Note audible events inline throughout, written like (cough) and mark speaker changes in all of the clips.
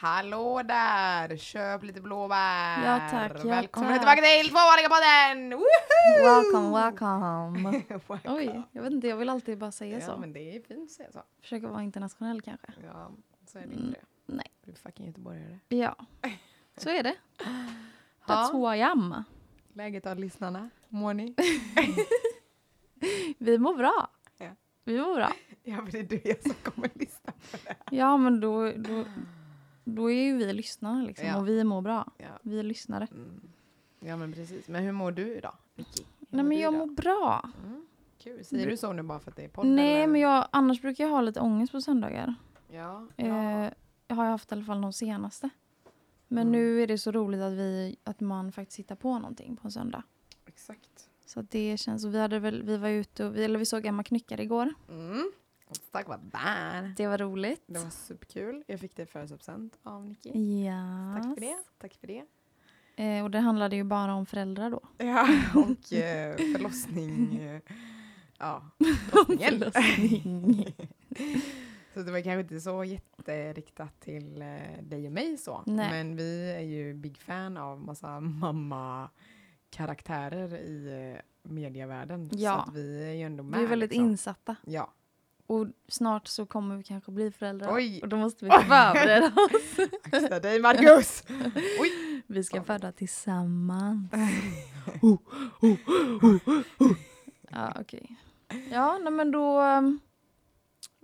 Speaker 1: Hallå där! Köp lite blåbär!
Speaker 2: Ja, tack, ja,
Speaker 1: Välkomna
Speaker 2: tack.
Speaker 1: tillbaka till Tvåvåningar podden!
Speaker 2: Welcome, welcome.
Speaker 1: (laughs) welcome!
Speaker 2: (laughs) Oj, jag vet inte, jag vill alltid bara säga
Speaker 1: Ja,
Speaker 2: så.
Speaker 1: men det är fint att säga så.
Speaker 2: Försöka vara internationell kanske.
Speaker 1: Ja, så är det inte det.
Speaker 2: Mm, nej.
Speaker 1: Du är fucking göteborgare.
Speaker 2: Ja, (laughs) så är det.
Speaker 1: Ja,
Speaker 2: That's who I am.
Speaker 1: läget av lyssnarna? Mår
Speaker 2: (laughs)
Speaker 1: ni?
Speaker 2: Vi mår bra.
Speaker 1: Ja.
Speaker 2: Vi
Speaker 1: (laughs)
Speaker 2: mår bra.
Speaker 1: ja, men det är du och jag som kommer att lyssna.
Speaker 2: Ja, men då, då, då är ju vi lyssnare liksom
Speaker 1: Ja.
Speaker 2: och vi mår bra.
Speaker 1: Ja.
Speaker 2: Vi är lyssnare.
Speaker 1: Mm. ja, men precis. Men hur mår du idag, Nicky? Hur
Speaker 2: Nej,
Speaker 1: mår du
Speaker 2: men jag
Speaker 1: idag?
Speaker 2: mår bra.
Speaker 1: Mm. Kul. Säger du så nu bara för att det är podd?
Speaker 2: Nej,
Speaker 1: eller?
Speaker 2: men jag, annars brukar jag ha lite ångest på söndagar.
Speaker 1: Ja, ja.
Speaker 2: Eh, jag har jag haft i alla fall de senaste. Men
Speaker 1: Mm.
Speaker 2: nu är det så roligt att, vi, att man faktiskt hittar på någonting på en söndag.
Speaker 1: exakt.
Speaker 2: Så att det känns, och vi, hade väl, vi var ute och vi, eller vi såg Gamla Knyckare igår.
Speaker 1: Mm. Tack vad där.
Speaker 2: Det var roligt.
Speaker 1: Det var superkul. Jag fick det i födelsedagspresent av Nicky.
Speaker 2: Ja.
Speaker 1: Tack för det. Tack för det.
Speaker 2: Eh, och det handlade ju bara om föräldrar (laughs) då.
Speaker 1: Ja, och eh, förlossning. eh,
Speaker 2: (laughs)
Speaker 1: Ja, förlossningen. (laughs) så det var kanske inte så jätteriktat till eh, dig och mig så.
Speaker 2: Nej.
Speaker 1: Men vi är ju big fan av massa mamma-karaktärer i eh, medievärlden.
Speaker 2: Ja.
Speaker 1: Så att vi är ju ändå med.
Speaker 2: Vi är väldigt
Speaker 1: liksom.
Speaker 2: insatta.
Speaker 1: Ja,
Speaker 2: Och snart så kommer vi kanske bli föräldrar.
Speaker 1: Oj.
Speaker 2: (laughs) Och då måste
Speaker 1: (laughs)
Speaker 2: vi förbereda oss.
Speaker 1: axla dig Marcus!
Speaker 2: Vi ska föda tillsammans. ja, okej. Ja, nej, men då... um,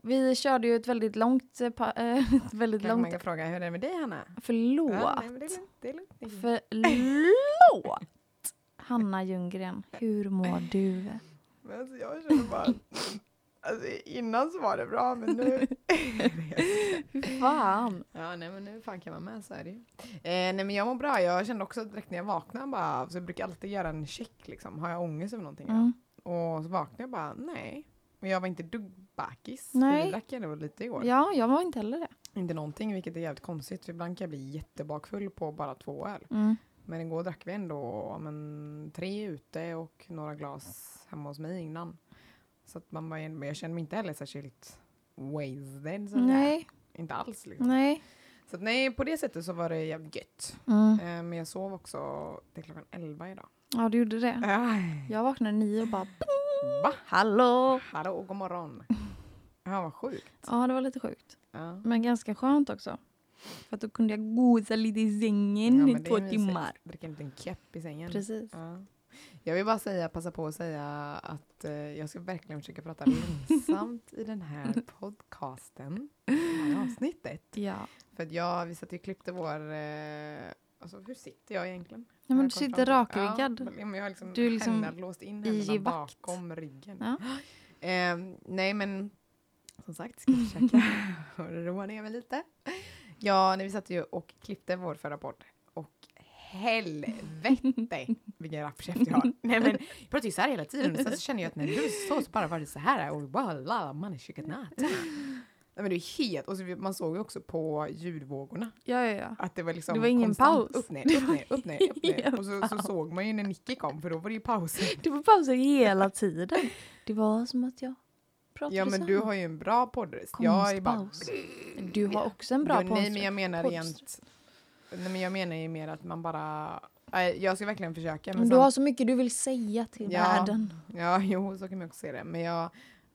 Speaker 2: Vi körde ju ett väldigt långt... eh, pa- eh, (laughs) Ett väldigt
Speaker 1: Kanske man
Speaker 2: långt...
Speaker 1: kan fråga hur det är med dig Hanna?
Speaker 2: Förlåt.
Speaker 1: Ja, nej, men det är lugnt, det är lugnt. Nicky.
Speaker 2: Förlåt! Hanna Ljunggren, hur mår du?
Speaker 1: Men alltså jag känner bara... Alltså innan så var det bra, men nu...
Speaker 2: Fy Fan!
Speaker 1: (laughs) ja, nej men nu fan kan man med, så är det ju. Eh, nej men jag mår bra. Jag kände också direkt när jag vaknade bara... Så jag brukar alltid göra en check liksom. Har jag ångest över någonting?
Speaker 2: Mm.
Speaker 1: Och så vaknade jag bara, nej. Men jag var inte dugg bakis.
Speaker 2: Nej.
Speaker 1: Vi drack jag nog lite igår.
Speaker 2: Ja, jag var inte heller det.
Speaker 1: Inte någonting, vilket är jävligt konstigt. För ibland kan jag bli jättebakfull på bara två öl.
Speaker 2: Mm.
Speaker 1: Men igår drack vi ändå ja, men, tre ute och några glas hemma hos mig innan. Så att man var, men jag kände mig inte heller särskilt wasted. Så
Speaker 2: Nej, Mm.
Speaker 1: Inte alls liksom.
Speaker 2: nej.
Speaker 1: Så att, nej, på det sättet så var det jävligt gött.
Speaker 2: Mm.
Speaker 1: Eh, Men jag sov också till klockan 11 idag.
Speaker 2: Ja, du gjorde det.
Speaker 1: Aj.
Speaker 2: Jag vaknade nio och bara...
Speaker 1: Va?
Speaker 2: Hallå!
Speaker 1: Hallå och god
Speaker 2: (laughs)
Speaker 1: morgon. Ja, vad sjukt.
Speaker 2: Ja, det var lite sjukt.
Speaker 1: Ja.
Speaker 2: Men ganska skönt också. För att då kunde jag gosa lite i
Speaker 1: Ja,
Speaker 2: sängen
Speaker 1: men
Speaker 2: i
Speaker 1: det
Speaker 2: två
Speaker 1: är mysigt.
Speaker 2: timmar.
Speaker 1: Dricka en liten käpp i sängen.
Speaker 2: Precis.
Speaker 1: Ja. Jag vill bara säga, passa på att säga att eh, jag ska verkligen försöka prata långsamt i den
Speaker 2: (laughs)
Speaker 1: här podcasten, det här avsnittet.
Speaker 2: Ja.
Speaker 1: För att jag, vi satt ju och klippte vår, eh, alltså hur sitter jag egentligen?
Speaker 2: ja
Speaker 1: Har
Speaker 2: men
Speaker 1: jag
Speaker 2: du
Speaker 1: kommit
Speaker 2: sitter
Speaker 1: fram till-
Speaker 2: rakryggad.
Speaker 1: Ja, men jag har liksom,
Speaker 2: Du är liksom
Speaker 1: händerna låst in
Speaker 2: i
Speaker 1: händerna
Speaker 2: vakt.
Speaker 1: bakom ryggen. (gasps)
Speaker 2: Ja.
Speaker 1: Eh, nej men, som sagt, ska
Speaker 2: (laughs)
Speaker 1: försöka roa ner mig lite. Ja, när vi satt ju och klippte vår förra podd och
Speaker 2: (laughs)
Speaker 1: helvete vilken rappkäft jag har. Nej men, jag pratar ju så här hela tiden och sen så känner jag att när du sa så bara var det så här och walla, man är chicken
Speaker 2: (laughs)
Speaker 1: Nej men det är helt, och så, vi- man såg ju också på ljudvågorna
Speaker 2: Ja, ja, ja.
Speaker 1: att det var liksom
Speaker 2: Det var ingen
Speaker 1: konstant
Speaker 2: paus.
Speaker 1: Upp, ner, upp, ner, upp, ner, upp,
Speaker 2: Ingen
Speaker 1: ner. Och så, så såg man ju när Nicky kom, för då var det ju pauser.
Speaker 2: Du får pausa hela tiden. Det var som att jag pratade
Speaker 1: Ja, men
Speaker 2: så
Speaker 1: du
Speaker 2: här.
Speaker 1: har ju en bra poddröst. Jag är bara...
Speaker 2: Konstpaus. Du har också en bra
Speaker 1: Jo, nej, men jag menar
Speaker 2: poddröst.
Speaker 1: rent... Nej, men jag menar ju mer att man bara... Nej, jag ska verkligen försöka. Men
Speaker 2: Du
Speaker 1: sam-
Speaker 2: har så mycket du vill säga till
Speaker 1: Ja.
Speaker 2: världen.
Speaker 1: Ja, (laughs) jo, så kan man också se det. Men jag...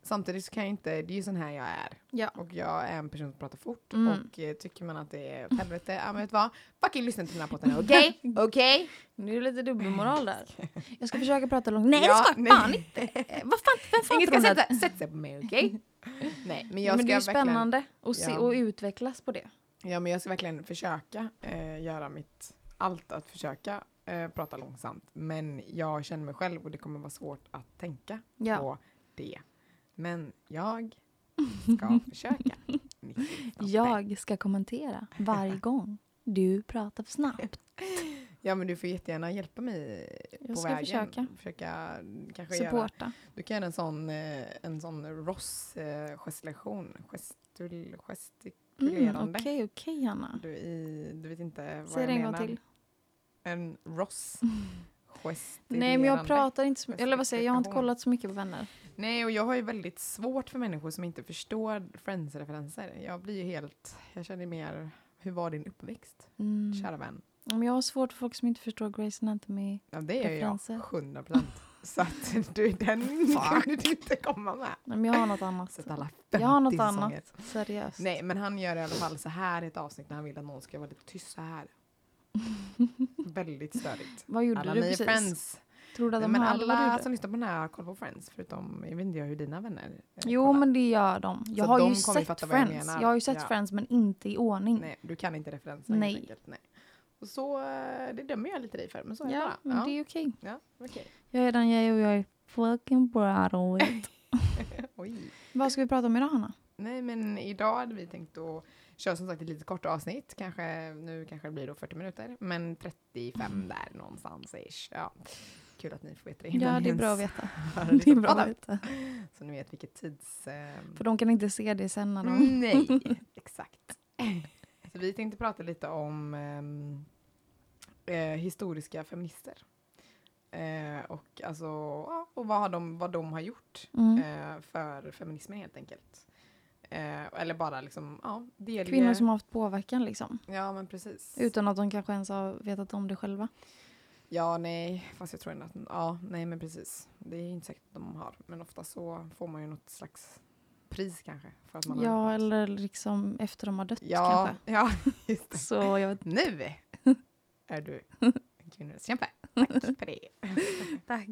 Speaker 1: Samtidigt så kan jag inte... Det är ju sån här jag är.
Speaker 2: Ja.
Speaker 1: Och jag är en person som pratar fort.
Speaker 2: Mm.
Speaker 1: Och eh, tycker man att det är åt helvete, ja men vet du vad? Fucking lyssna inte till den här podden, okej? (laughs) Okej?
Speaker 2: Nu är det lite dubbelmoral där. (laughs) Jag ska försöka prata långt. Nej,
Speaker 1: Ja,
Speaker 2: det ska jag
Speaker 1: nej.
Speaker 2: fan inte. Eh, Vad fan, vem fan
Speaker 1: Ingen ska
Speaker 2: tror att-
Speaker 1: sätta, sätta sig på mig, okej? Nej, men jag
Speaker 2: Men
Speaker 1: ska
Speaker 2: det är ju
Speaker 1: verkligen...
Speaker 2: spännande att se
Speaker 1: Ja.
Speaker 2: och utvecklas på det.
Speaker 1: Ja, men jag ska verkligen försöka eh, göra mitt allt att försöka eh, prata långsamt. Men jag känner mig själv och det kommer vara svårt att tänka
Speaker 2: Ja.
Speaker 1: på det. Men
Speaker 2: (laughs)
Speaker 1: jag ska försöka. Nicky Stampe.
Speaker 2: Jag
Speaker 1: (laughs)
Speaker 2: ska kommentera varje gång du pratar för snabbt.
Speaker 1: ja, men du får jättegärna hjälpa mig på
Speaker 2: Jag ska
Speaker 1: vägen.
Speaker 2: försöka.
Speaker 1: Försöka kanske göra.
Speaker 2: Supporta.
Speaker 1: Du kan göra en sån, eh, en sån Ross eh, gestilation. Gestul,
Speaker 2: Mm,
Speaker 1: gestikulerande.
Speaker 2: Okej, okej Hanna.
Speaker 1: du, i, du vet inte vad
Speaker 2: Säg
Speaker 1: jag
Speaker 2: det en
Speaker 1: menar.
Speaker 2: gång till.
Speaker 1: En
Speaker 2: (laughs)
Speaker 1: Ross. Gestilerande.
Speaker 2: Nej men jag pratar inte så mycket,
Speaker 1: Gestikulation.
Speaker 2: eller vad säger jag, jag har inte kollat så mycket på vänner.
Speaker 1: Nej, och jag har ju väldigt svårt för människor som inte förstår Friends-referenser. Jag blir ju helt, jag känner mer Hur var din uppväxt,
Speaker 2: Mm.
Speaker 1: kära vän?
Speaker 2: Ja, Men jag har svårt för folk som inte förstår Grace Anatomy.
Speaker 1: Ja, det är jag.
Speaker 2: Preferenser.
Speaker 1: 100 procent.
Speaker 2: (laughs)
Speaker 1: Så att du, den kunde du inte komma med.
Speaker 2: Nej, Men jag har något annat.
Speaker 1: Sätt alla 50
Speaker 2: Jag har något
Speaker 1: säsonger.
Speaker 2: annat. Seriöst.
Speaker 1: Nej, men han gör i alla fall så här i ett avsnitt när han vill att någon ska vara lite tyst så
Speaker 2: (laughs)
Speaker 1: här. Väldigt störigt.
Speaker 2: Vad gjorde
Speaker 1: Alla
Speaker 2: du
Speaker 1: ni är
Speaker 2: precis?
Speaker 1: Friends.
Speaker 2: Tror du att
Speaker 1: Nej,
Speaker 2: de
Speaker 1: men
Speaker 2: hörde vad du
Speaker 1: alla
Speaker 2: gjorde?
Speaker 1: som lyssnar på den här har koll på Friends, förutom, jag vet inte jag hur dina vänner eh,
Speaker 2: Jo,
Speaker 1: kollar.
Speaker 2: men det gör de. Jag
Speaker 1: Så
Speaker 2: har
Speaker 1: de
Speaker 2: ju
Speaker 1: kommer ju
Speaker 2: sett
Speaker 1: fatta vad jag
Speaker 2: Friends.
Speaker 1: menar.
Speaker 2: Jag har ju sett
Speaker 1: Ja.
Speaker 2: Friends, men inte i ordning.
Speaker 1: Nej, du kan inte referenserna
Speaker 2: Nej.
Speaker 1: helt enkelt. Nej. Och så, eh, det dömer jag lite dig för, men så är
Speaker 2: ja,
Speaker 1: det bara.
Speaker 2: men
Speaker 1: Ja,
Speaker 2: det är okej.
Speaker 1: ja, okej.
Speaker 2: Jag är den jag är och jag är fucking proud of it.
Speaker 1: Oj.
Speaker 2: (laughs) Vad ska vi prata om idag, Hanna?
Speaker 1: Nej, men idag hade vi tänkt att köra som sagt ett lite kortare avsnitt. Kanske, nu kanske det blir då 40 minuter, men 35 där någonstans ish. Ja. Kul att ni får veta det
Speaker 2: Mm. Ja,
Speaker 1: innan
Speaker 2: det är
Speaker 1: ni
Speaker 2: bra att
Speaker 1: ens
Speaker 2: veta.
Speaker 1: hör
Speaker 2: (laughs) Det är
Speaker 1: liksom
Speaker 2: bra att
Speaker 1: prata.
Speaker 2: veta.
Speaker 1: Så ni vet vilket tids... ehm,
Speaker 2: För de kan inte se det sen när de... (laughs)
Speaker 1: Nej, exakt. Så vi tänkte prata lite om ehm, eh, historiska feminister. Eh, och, alltså, ja, och vad, har de, vad de har gjort
Speaker 2: Mm.
Speaker 1: eh, för feminismen helt enkelt. Eh, eller bara liksom, ja, del
Speaker 2: Kvinnor som har haft påverkan liksom.
Speaker 1: Ja, men precis.
Speaker 2: Utan att de kanske ens har vetat om det själva.
Speaker 1: Ja, nej, fast jag tror ändå att, ja, nej men precis. Det är inte säkert att de har, men ofta så får man ju något slags pris kanske. För att man har
Speaker 2: Ja,
Speaker 1: gjort något.
Speaker 2: eller liksom efter de har dött
Speaker 1: Ja,
Speaker 2: kanske.
Speaker 1: ja, just det.
Speaker 2: Så
Speaker 1: (laughs)
Speaker 2: jag vet
Speaker 1: Nu är du en kvinnorättskämpe.
Speaker 2: (laughs)
Speaker 1: Tack för det.
Speaker 2: Tack.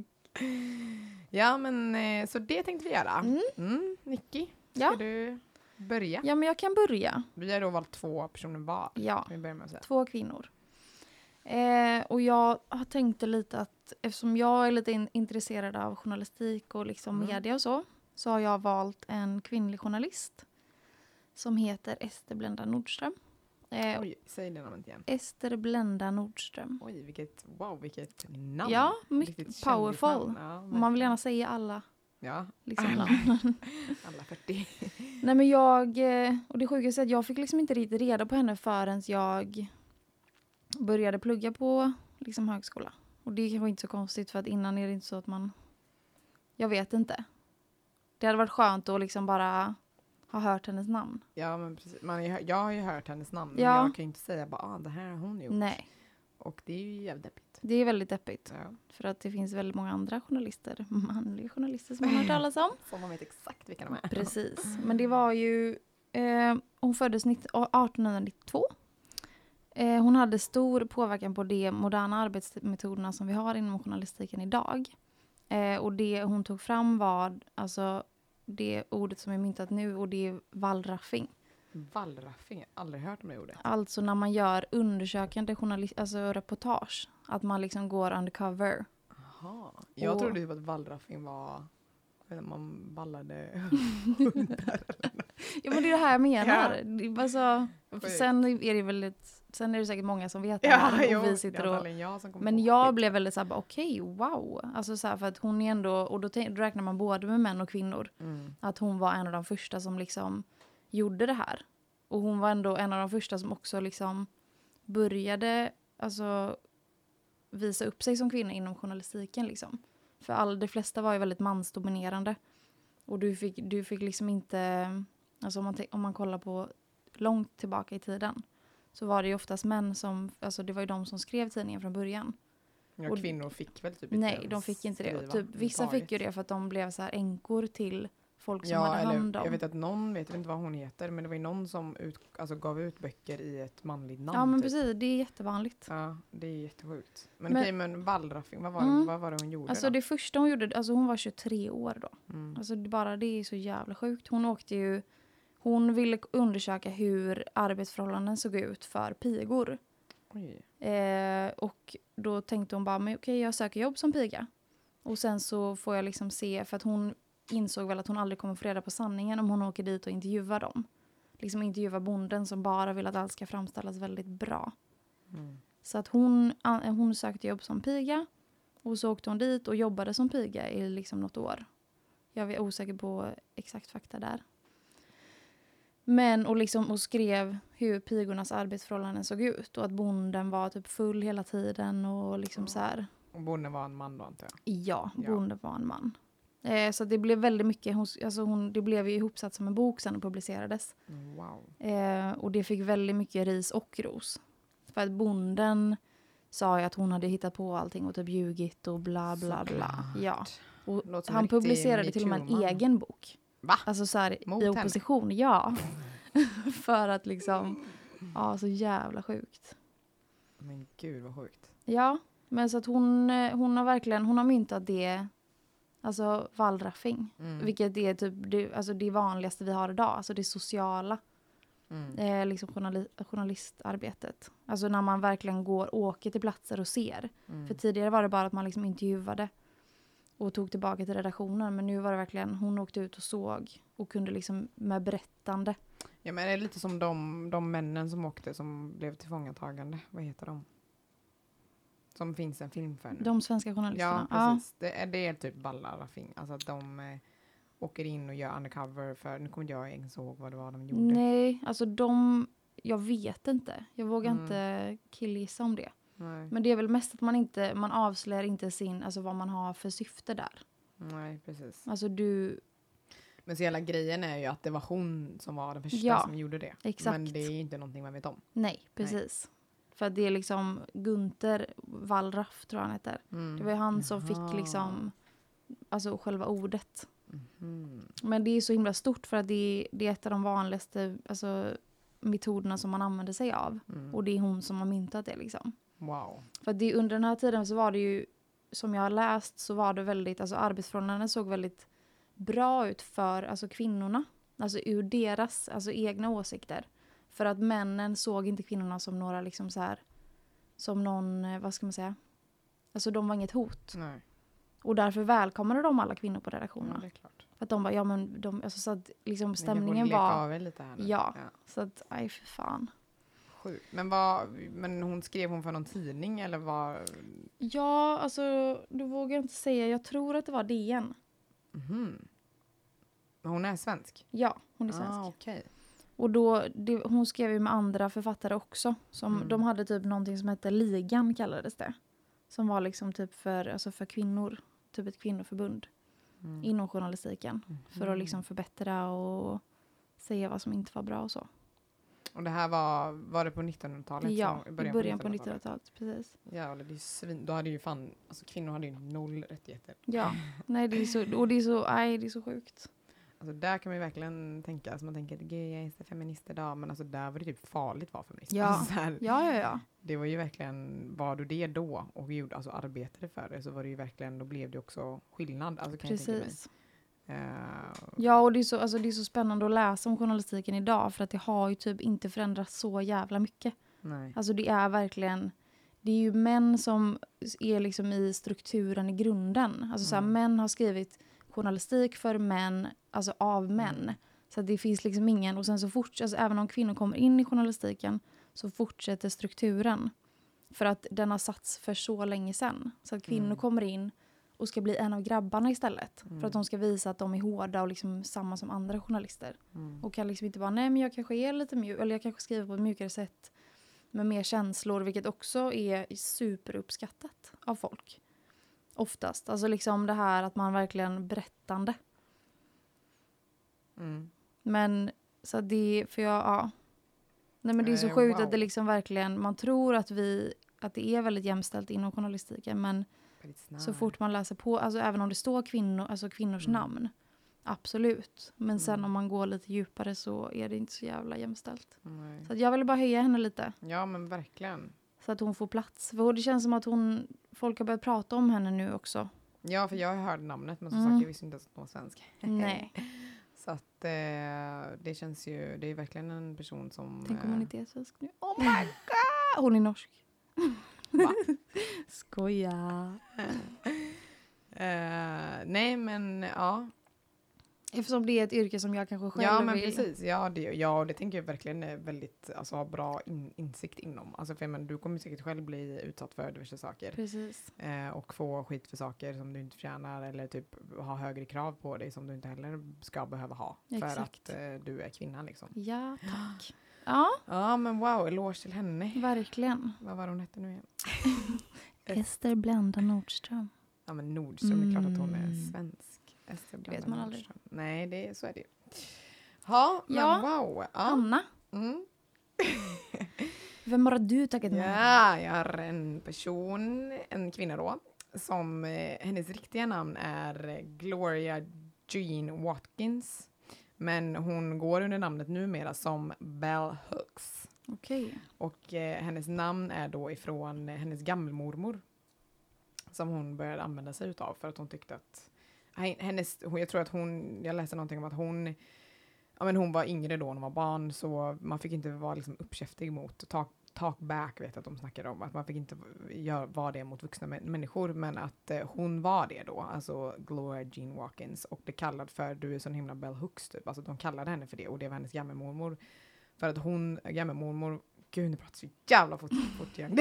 Speaker 1: Ja, men eh, så det tänkte vi göra.
Speaker 2: Mm.
Speaker 1: Mm, Nicky, ska
Speaker 2: Ja.
Speaker 1: du börja?
Speaker 2: ja, men jag kan börja.
Speaker 1: Vi har då valt två personer var.
Speaker 2: Ja.
Speaker 1: Ska Vi börjar med att säga.
Speaker 2: Två kvinnor. Eh, och jag har tänkte lite att eftersom jag är lite in- intresserad av journalistik och liksom
Speaker 1: Mm.
Speaker 2: media och så, så har jag valt en kvinnlig journalist som heter Ester Blenda Nordström. Eh,
Speaker 1: Oj, säg det namnet igen.
Speaker 2: Ester Blenda Nordström.
Speaker 1: Oj, vilket, wow, vilket namn.
Speaker 2: Ja, mycket
Speaker 1: Riktigt
Speaker 2: powerful.
Speaker 1: kändisnamn. Ja,
Speaker 2: Man vill
Speaker 1: verkligen.
Speaker 2: gärna säga alla
Speaker 1: Ja, (laughs)
Speaker 2: liksom,
Speaker 1: Alla.
Speaker 2: namn.
Speaker 1: alla 40.
Speaker 2: Nej men jag, eh, och det sjukaste är att jag fick liksom inte riktigt reda på henne förrän jag började plugga på liksom högskola. Och det kanske inte så konstigt för att innan är det inte så att man, jag vet inte. Det hade varit skönt att liksom bara ha hört hennes namn.
Speaker 1: Ja, men precis. Man, har ju hö- jag har ju hört hennes namn, men
Speaker 2: Ja.
Speaker 1: jag kan ju inte säga bara, ah, det här har hon gjort.
Speaker 2: Nej,
Speaker 1: Och det är ju jävligt deppigt.
Speaker 2: det är väldigt deppigt.
Speaker 1: Ja.
Speaker 2: För att det finns väldigt många andra journalister, (laughs) manliga journalister som man har hört talas om.
Speaker 1: Så man vet exakt vilka de är.
Speaker 2: Precis,
Speaker 1: Mm.
Speaker 2: men det var ju... Eh, hon föddes 19- 1892. Eh, hon hade stor påverkan på de moderna arbetsmetoderna som vi har inom journalistiken idag. Eh, och det hon tog fram var alltså det ordet som är myntat nu och det är wallraffing.
Speaker 1: Wallraffing, jag har aldrig hört om det ordet.
Speaker 2: Alltså när man gör undersökande journalist, alltså reportage, att man liksom går undercover.
Speaker 1: Jaha. Jag
Speaker 2: Och-
Speaker 1: trodde typ att wallraffing var när man
Speaker 2: (laughs)
Speaker 1: ballade.
Speaker 2: Ja men det är det här jag menar.
Speaker 1: (laughs) Ja.
Speaker 2: Det- Alltså,
Speaker 1: Sjukt.
Speaker 2: sen är det väldigt, sen är det säkert många som vet det
Speaker 1: Ja,
Speaker 2: här
Speaker 1: jo,
Speaker 2: och vi
Speaker 1: det
Speaker 2: sitter
Speaker 1: är
Speaker 2: och
Speaker 1: antagligen jag som kommer
Speaker 2: Men
Speaker 1: på.
Speaker 2: jag blev väldigt såhär, bara, okej, wow. Alltså såhär, för att hon är ändå, och då, tän- då räknar man både med män och kvinnor,
Speaker 1: Mm.
Speaker 2: att hon var en av de första som liksom gjorde det här. Och hon var ändå en av de första som också liksom började alltså, visa upp sig som kvinna inom journalistiken liksom. För all, de flesta var ju väldigt mansdominerande. Och du fick, du fick liksom inte, alltså om man, te- om man kollar på långt tillbaka i tiden så var det ju oftast män som, alltså det var ju de som skrev tidningen från början.
Speaker 1: Ja,
Speaker 2: och-
Speaker 1: kvinnor fick väl typ inte
Speaker 2: Nej,
Speaker 1: ens
Speaker 2: de fick inte det.
Speaker 1: skriva
Speaker 2: Typ, vissa fick ju
Speaker 1: överhuvudtaget.
Speaker 2: det för att de blev så här änkor till folk som
Speaker 1: Ja,
Speaker 2: hade hand
Speaker 1: eller
Speaker 2: om.
Speaker 1: jag vet att någon, vet jag inte vad hon heter, men det var ju någon som ut, alltså, gav ut böcker i ett manligt namn.
Speaker 2: ja, men
Speaker 1: typ.
Speaker 2: precis. Det är jättevanligt.
Speaker 1: Ja, det är jättesjukt. Men,
Speaker 2: Men-
Speaker 1: okej, men wallraffing, vad var, det,
Speaker 2: Mm.
Speaker 1: vad var det hon gjorde
Speaker 2: Alltså
Speaker 1: då?
Speaker 2: det första hon gjorde, alltså hon var 23 år då.
Speaker 1: Mm.
Speaker 2: Alltså det, bara det är så jävla sjukt. Hon åkte ju, hon ville undersöka hur arbetsförhållanden såg ut för pigor.
Speaker 1: Oj.
Speaker 2: Eh, och då tänkte hon bara, men okej jag söker jobb som piga. Och sen så får jag liksom se, för att hon insåg väl att hon aldrig kommer få reda på sanningen om hon åker dit och intervjuar dem. Liksom intervjuar bonden som bara vill att allt ska framställas väldigt bra.
Speaker 1: Mm.
Speaker 2: Så att hon, an- hon sökte jobb som piga och så åkte hon dit och jobbade som piga i liksom något år. Jag är osäker på exakt fakta där. Men och liksom och skrev hur pigornas arbetsförhållanden såg ut och att bonden var typ full hela tiden och liksom så här.
Speaker 1: Och bonden var en man då antar jag.
Speaker 2: Ja,
Speaker 1: Ja.
Speaker 2: bonden var en man. Eh, så det blev väldigt mycket, hon, alltså hon, det blev ju ihopsatt som en bok sen och publicerades.
Speaker 1: Mm, Wow.
Speaker 2: Eh, och det fick väldigt mycket ris och ros. För att bonden sa ju att hon hade hittat på allting och typ ljugit och bla bla bla.
Speaker 1: Såklart.
Speaker 2: Ja. Och
Speaker 1: Låter som en
Speaker 2: han
Speaker 1: riktig
Speaker 2: publicerade till och med en
Speaker 1: metoo-man.
Speaker 2: egen bok.
Speaker 1: Va?
Speaker 2: Alltså så här,
Speaker 1: Mot
Speaker 2: i
Speaker 1: henne?
Speaker 2: opposition, ja. (laughs) För att liksom, ja så jävla sjukt.
Speaker 1: Men gud vad sjukt.
Speaker 2: Ja, men så att hon, eh, hon har verkligen, hon har myntat det, alltså wallraffing.
Speaker 1: Mm.
Speaker 2: Vilket är typ det, alltså det vanligaste vi har idag, alltså det sociala
Speaker 1: Mm.
Speaker 2: eh, liksom journali- journalistarbetet. Alltså när man verkligen går, åker till platser och ser.
Speaker 1: Mm.
Speaker 2: För tidigare var det bara att man liksom intervjuade och tog tillbaka till redaktionen. Men nu var det verkligen, hon åkte ut och såg och kunde liksom med berättande.
Speaker 1: Ja men det är lite som de, de männen som åkte som blev tillfångatagande. Vad heter de? Som finns en film för nu.
Speaker 2: De svenska
Speaker 1: Mm. ja
Speaker 2: journalisterna.
Speaker 1: precis. Det, är, det är typ ballarafing. Alltså att de eh, åker in och gör undercover för, nu kommer inte jag ens ihåg vad det var de gjorde.
Speaker 2: Nej, alltså de, jag vet inte. Jag vågar
Speaker 1: Mm.
Speaker 2: inte killgissa om det.
Speaker 1: Nej,
Speaker 2: Men det är väl mest att man inte, man avslöjar inte sin, alltså vad man har för syfte där.
Speaker 1: nej precis.
Speaker 2: Alltså du,
Speaker 1: Men så hela grejen är ju att det var hon som var den första
Speaker 2: Ja,
Speaker 1: som gjorde det.
Speaker 2: exakt.
Speaker 1: Men det är ju inte någonting man vet om.
Speaker 2: nej precis. För att det är liksom Gunther Wallraff tror jag han heter. Det var ju han som
Speaker 1: Jaha.
Speaker 2: fick liksom, alltså själva ordet.
Speaker 1: Mhm.
Speaker 2: Men det är så himla stort för att det är, det är ett av de vanligaste alltså, metoderna som man använder sig av.
Speaker 1: Mm.
Speaker 2: Och det är hon som har myntat det liksom.
Speaker 1: Wow.
Speaker 2: För att det, under den här tiden så var det ju, som jag har läst, så var det väldigt, alltså arbetsförhållandena såg väldigt bra ut för alltså, kvinnorna. Alltså ur deras alltså, egna åsikter. För att männen såg inte kvinnorna som några liksom så här, som någon, eh, vad ska man säga? Alltså de var inget hot.
Speaker 1: Nej,
Speaker 2: Och därför välkomnade de alla kvinnor på
Speaker 1: ja,
Speaker 2: redaktionerna.
Speaker 1: det är klart.
Speaker 2: För att de bara, ja men de, alltså, så att liksom
Speaker 1: Ni kan gå och
Speaker 2: stämningen
Speaker 1: leka
Speaker 2: var,
Speaker 1: av er lite här nu.
Speaker 2: ja.
Speaker 1: Ja.
Speaker 2: Så att, aj för fan.
Speaker 1: Sjukt. Men, vad, men hon skrev hon för någon tidning eller vad?
Speaker 2: Ja, alltså, du vågar jag inte säga, jag tror att det var DN.
Speaker 1: Mhm. Men Hon är svensk?
Speaker 2: Ja, hon är svensk.
Speaker 1: Ah, okej.
Speaker 2: Och då, det, hon skrev ju med andra författare också. Som,
Speaker 1: Mm.
Speaker 2: De hade typ någonting som hette Ligan kallades det. Som var liksom typ för, alltså för kvinnor, typ ett kvinnoförbund
Speaker 1: Mm.
Speaker 2: inom journalistiken. För att liksom förbättra och säga vad som inte var bra och så.
Speaker 1: Och det här var, var det på 1900-talet?
Speaker 2: ja,
Speaker 1: Så
Speaker 2: i början på 1900-talet. Precis.
Speaker 1: Ja, det är ju svin. Då hade ju fan, alltså kvinnor hade ju noll rättigheter. (laughs)
Speaker 2: Ja, nej det är så, och det är så, nej, det är så sjukt.
Speaker 1: Alltså där kan man ju verkligen tänka, alltså man tänker, gud jag är så feminist idag, men alltså där var det typ farligt att vara feminist.
Speaker 2: Ja.
Speaker 1: Alltså, så här,
Speaker 2: Ja, ja, ja.
Speaker 1: Det var ju verkligen, var du det då och gjorde, alltså arbetade för det så var det ju verkligen, då blev det också skillnad. Alltså, kan Jag tänka mig.
Speaker 2: Precis.
Speaker 1: Eh,
Speaker 2: Ja, och det är, så, alltså, det är så spännande att läsa om journalistiken idag för att det har ju typ inte förändrats så jävla mycket.
Speaker 1: nej.
Speaker 2: Alltså det är verkligen, det är ju män som är liksom i strukturen i grunden. Alltså så här,
Speaker 1: Mm.
Speaker 2: män har skrivit journalistik för män, alltså av män.
Speaker 1: Mm.
Speaker 2: Så att det finns liksom ingen, och sen så fortsätter, alltså, även om kvinnor kommer in i journalistiken så fortsätter strukturen. För att den har satts för så länge sedan. Så att kvinnor
Speaker 1: Mm.
Speaker 2: kommer in och ska bli en av grabbarna istället. För
Speaker 1: Mm.
Speaker 2: att de ska visa att de är hårda och liksom samma som andra journalister.
Speaker 1: Mm.
Speaker 2: Och kan liksom inte bara, nej men jag kanske är lite mjuk, eller jag kanske skriver på ett mjukare sätt med mer känslor, vilket också är superuppskattat av folk. Oftast. Alltså liksom det här att man verkligen berättande.
Speaker 1: Mm.
Speaker 2: Men så det, för jag, ja. Nej men det är så
Speaker 1: Eh,
Speaker 2: sjukt
Speaker 1: wow.
Speaker 2: att det liksom verkligen, man tror att vi, att det är väldigt jämställt inom journalistiken men
Speaker 1: Väldigt snabb.
Speaker 2: så fort man läser på, alltså även om det står kvinnor, alltså kvinnors
Speaker 1: Mm.
Speaker 2: namn, absolut. Men sen
Speaker 1: Mm.
Speaker 2: om man går lite djupare så är det inte så jävla jämställt.
Speaker 1: Nej.
Speaker 2: Så att jag ville bara höja henne lite
Speaker 1: Ja men verkligen.
Speaker 2: så att hon får plats. För det känns som att hon, folk har börjat prata om henne nu också.
Speaker 1: Ja för jag hörde namnet men som
Speaker 2: Mm.
Speaker 1: sagt jag visste inte ens att hon var svensk. (laughs)
Speaker 2: Nej,
Speaker 1: Så att eh, det känns ju, det är verkligen en person som...
Speaker 2: tänk om
Speaker 1: eh,
Speaker 2: hon inte är svensk nu. Oh my god! Hon är norsk.
Speaker 1: (laughs) Va?
Speaker 2: Skoja.
Speaker 1: eh, nej men ja.
Speaker 2: Eftersom det är ett yrke som jag kanske själv
Speaker 1: Ja men
Speaker 2: vill.
Speaker 1: precis, ja det, ja, och det tänker jag verkligen är väldigt, alltså ha bra in, insikt inom. Alltså för men, du kommer säkert själv bli utsatt för diverse saker.
Speaker 2: Precis.
Speaker 1: Eh, och få skit för saker som du inte förtjänar eller typ ha högre krav på dig som du inte heller ska behöva ha. För att
Speaker 2: Exakt.
Speaker 1: eh, du är kvinna liksom.
Speaker 2: Ja,
Speaker 1: (gasps)
Speaker 2: tack. Ja,
Speaker 1: Ja men wow, eloge till henne.
Speaker 2: verkligen.
Speaker 1: Vad var det hon hette nu igen?
Speaker 2: Ester Blenda Nordström.
Speaker 1: Ja men Nordström, det är klart att hon är
Speaker 2: Mm.
Speaker 1: svensk. SD
Speaker 2: Det vet
Speaker 1: blandar
Speaker 2: man
Speaker 1: med
Speaker 2: aldrig.
Speaker 1: Nordström. Nej, det, så är det ju. Ja, men
Speaker 2: Ja.
Speaker 1: wow. Ja.
Speaker 2: Anna,
Speaker 1: Mm.
Speaker 2: vem har du tagit med?
Speaker 1: ja, jag har en person, en kvinna då, som eh, hennes riktiga namn är Gloria Jean Watkins. Men hon går under namnet numera som Bell Hooks.
Speaker 2: Okej.
Speaker 1: Och eh, hennes namn är då ifrån eh, hennes gammelmormor. Som hon började använda sig utav för att hon tyckte att Nej, hennes, hon- jag tror att hon, jag läste någonting om att hon, ja men hon var yngre då, hon var barn, så man fick inte vara liksom uppkäftig mot, talk, talk back vet jag att de snackade om, att man fick inte gör, vara det mot vuxna mä- människor, men att eh, hon var det då, alltså Gloria Jean Watkins, och det kallad för, du är sån himla Bell Hooks typ, alltså de kallade henne för det, och det var hennes gammelmormor. För att hon, gammelmormor, gud nu pratar jag så jävla fort, fort igen.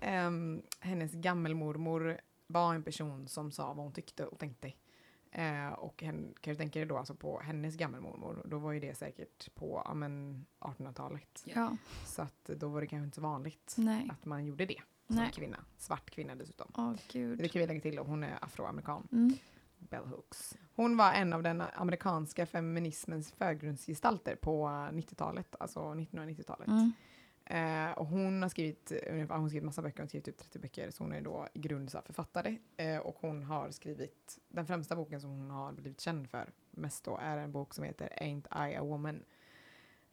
Speaker 1: Ehm, hennes gammelmormor var en person som sa vad hon tyckte och tänkte. Eh, och hen, kan du tänka dig då alltså på hennes gammelmormor, då var ju det säkert på ja, men 1800-talet.
Speaker 2: Ja,
Speaker 1: Så att då var det kanske inte så vanligt
Speaker 2: nej.
Speaker 1: att man gjorde det som
Speaker 2: Nej.
Speaker 1: kvinna. Svart kvinna dessutom.
Speaker 2: Åh
Speaker 1: Det
Speaker 2: gud.
Speaker 1: kan vi lägga till, och hon är afroamerikan.
Speaker 2: Mm.
Speaker 1: Bell Hooks. Hon var en av den amerikanska feminismens förgrundsgestalter på 90-talet, alltså 1990-talet.
Speaker 2: Mm.
Speaker 1: Eh, och hon har skrivit, eh, ungefär- hon har skrivit massa böcker, hon har skrivit typ 30 böcker, så hon är då i grund så här författare. Eh, och hon har skrivit, den främsta boken som hon har blivit känd för mest då är en bok som heter Ain't I a woman?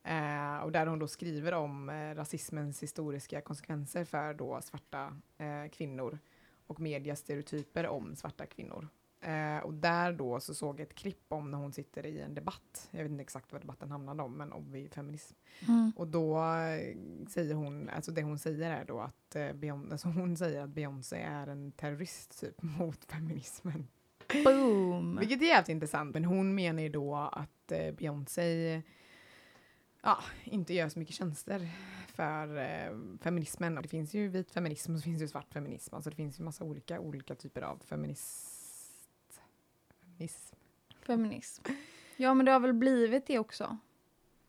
Speaker 1: Eh, och där hon då skriver om eh, rasismens historiska konsekvenser för då svarta eh, kvinnor och medias stereotyper om svarta kvinnor. Eh, och där då så såg jag ett klipp om när hon sitter i en debatt, jag vet inte exakt vad debatten handlade om, men om vi feminism
Speaker 2: Mm.
Speaker 1: och då eh, säger hon, alltså det hon säger är då att eh, Beyoncé, alltså hon säger att Beyoncé är en terrorist typ (laughs) mot feminismen.
Speaker 2: Boom!
Speaker 1: Vilket är jävligt intressant, men hon menar ju då att eh, Beyoncé ja, inte gör så mycket tjänster för eh, feminismen. Och Det finns ju vit feminism och det finns ju svart feminism, alltså det finns ju massa olika, olika typer av feminist... feminism.
Speaker 2: Feminism. Ja, men det har väl blivit det också.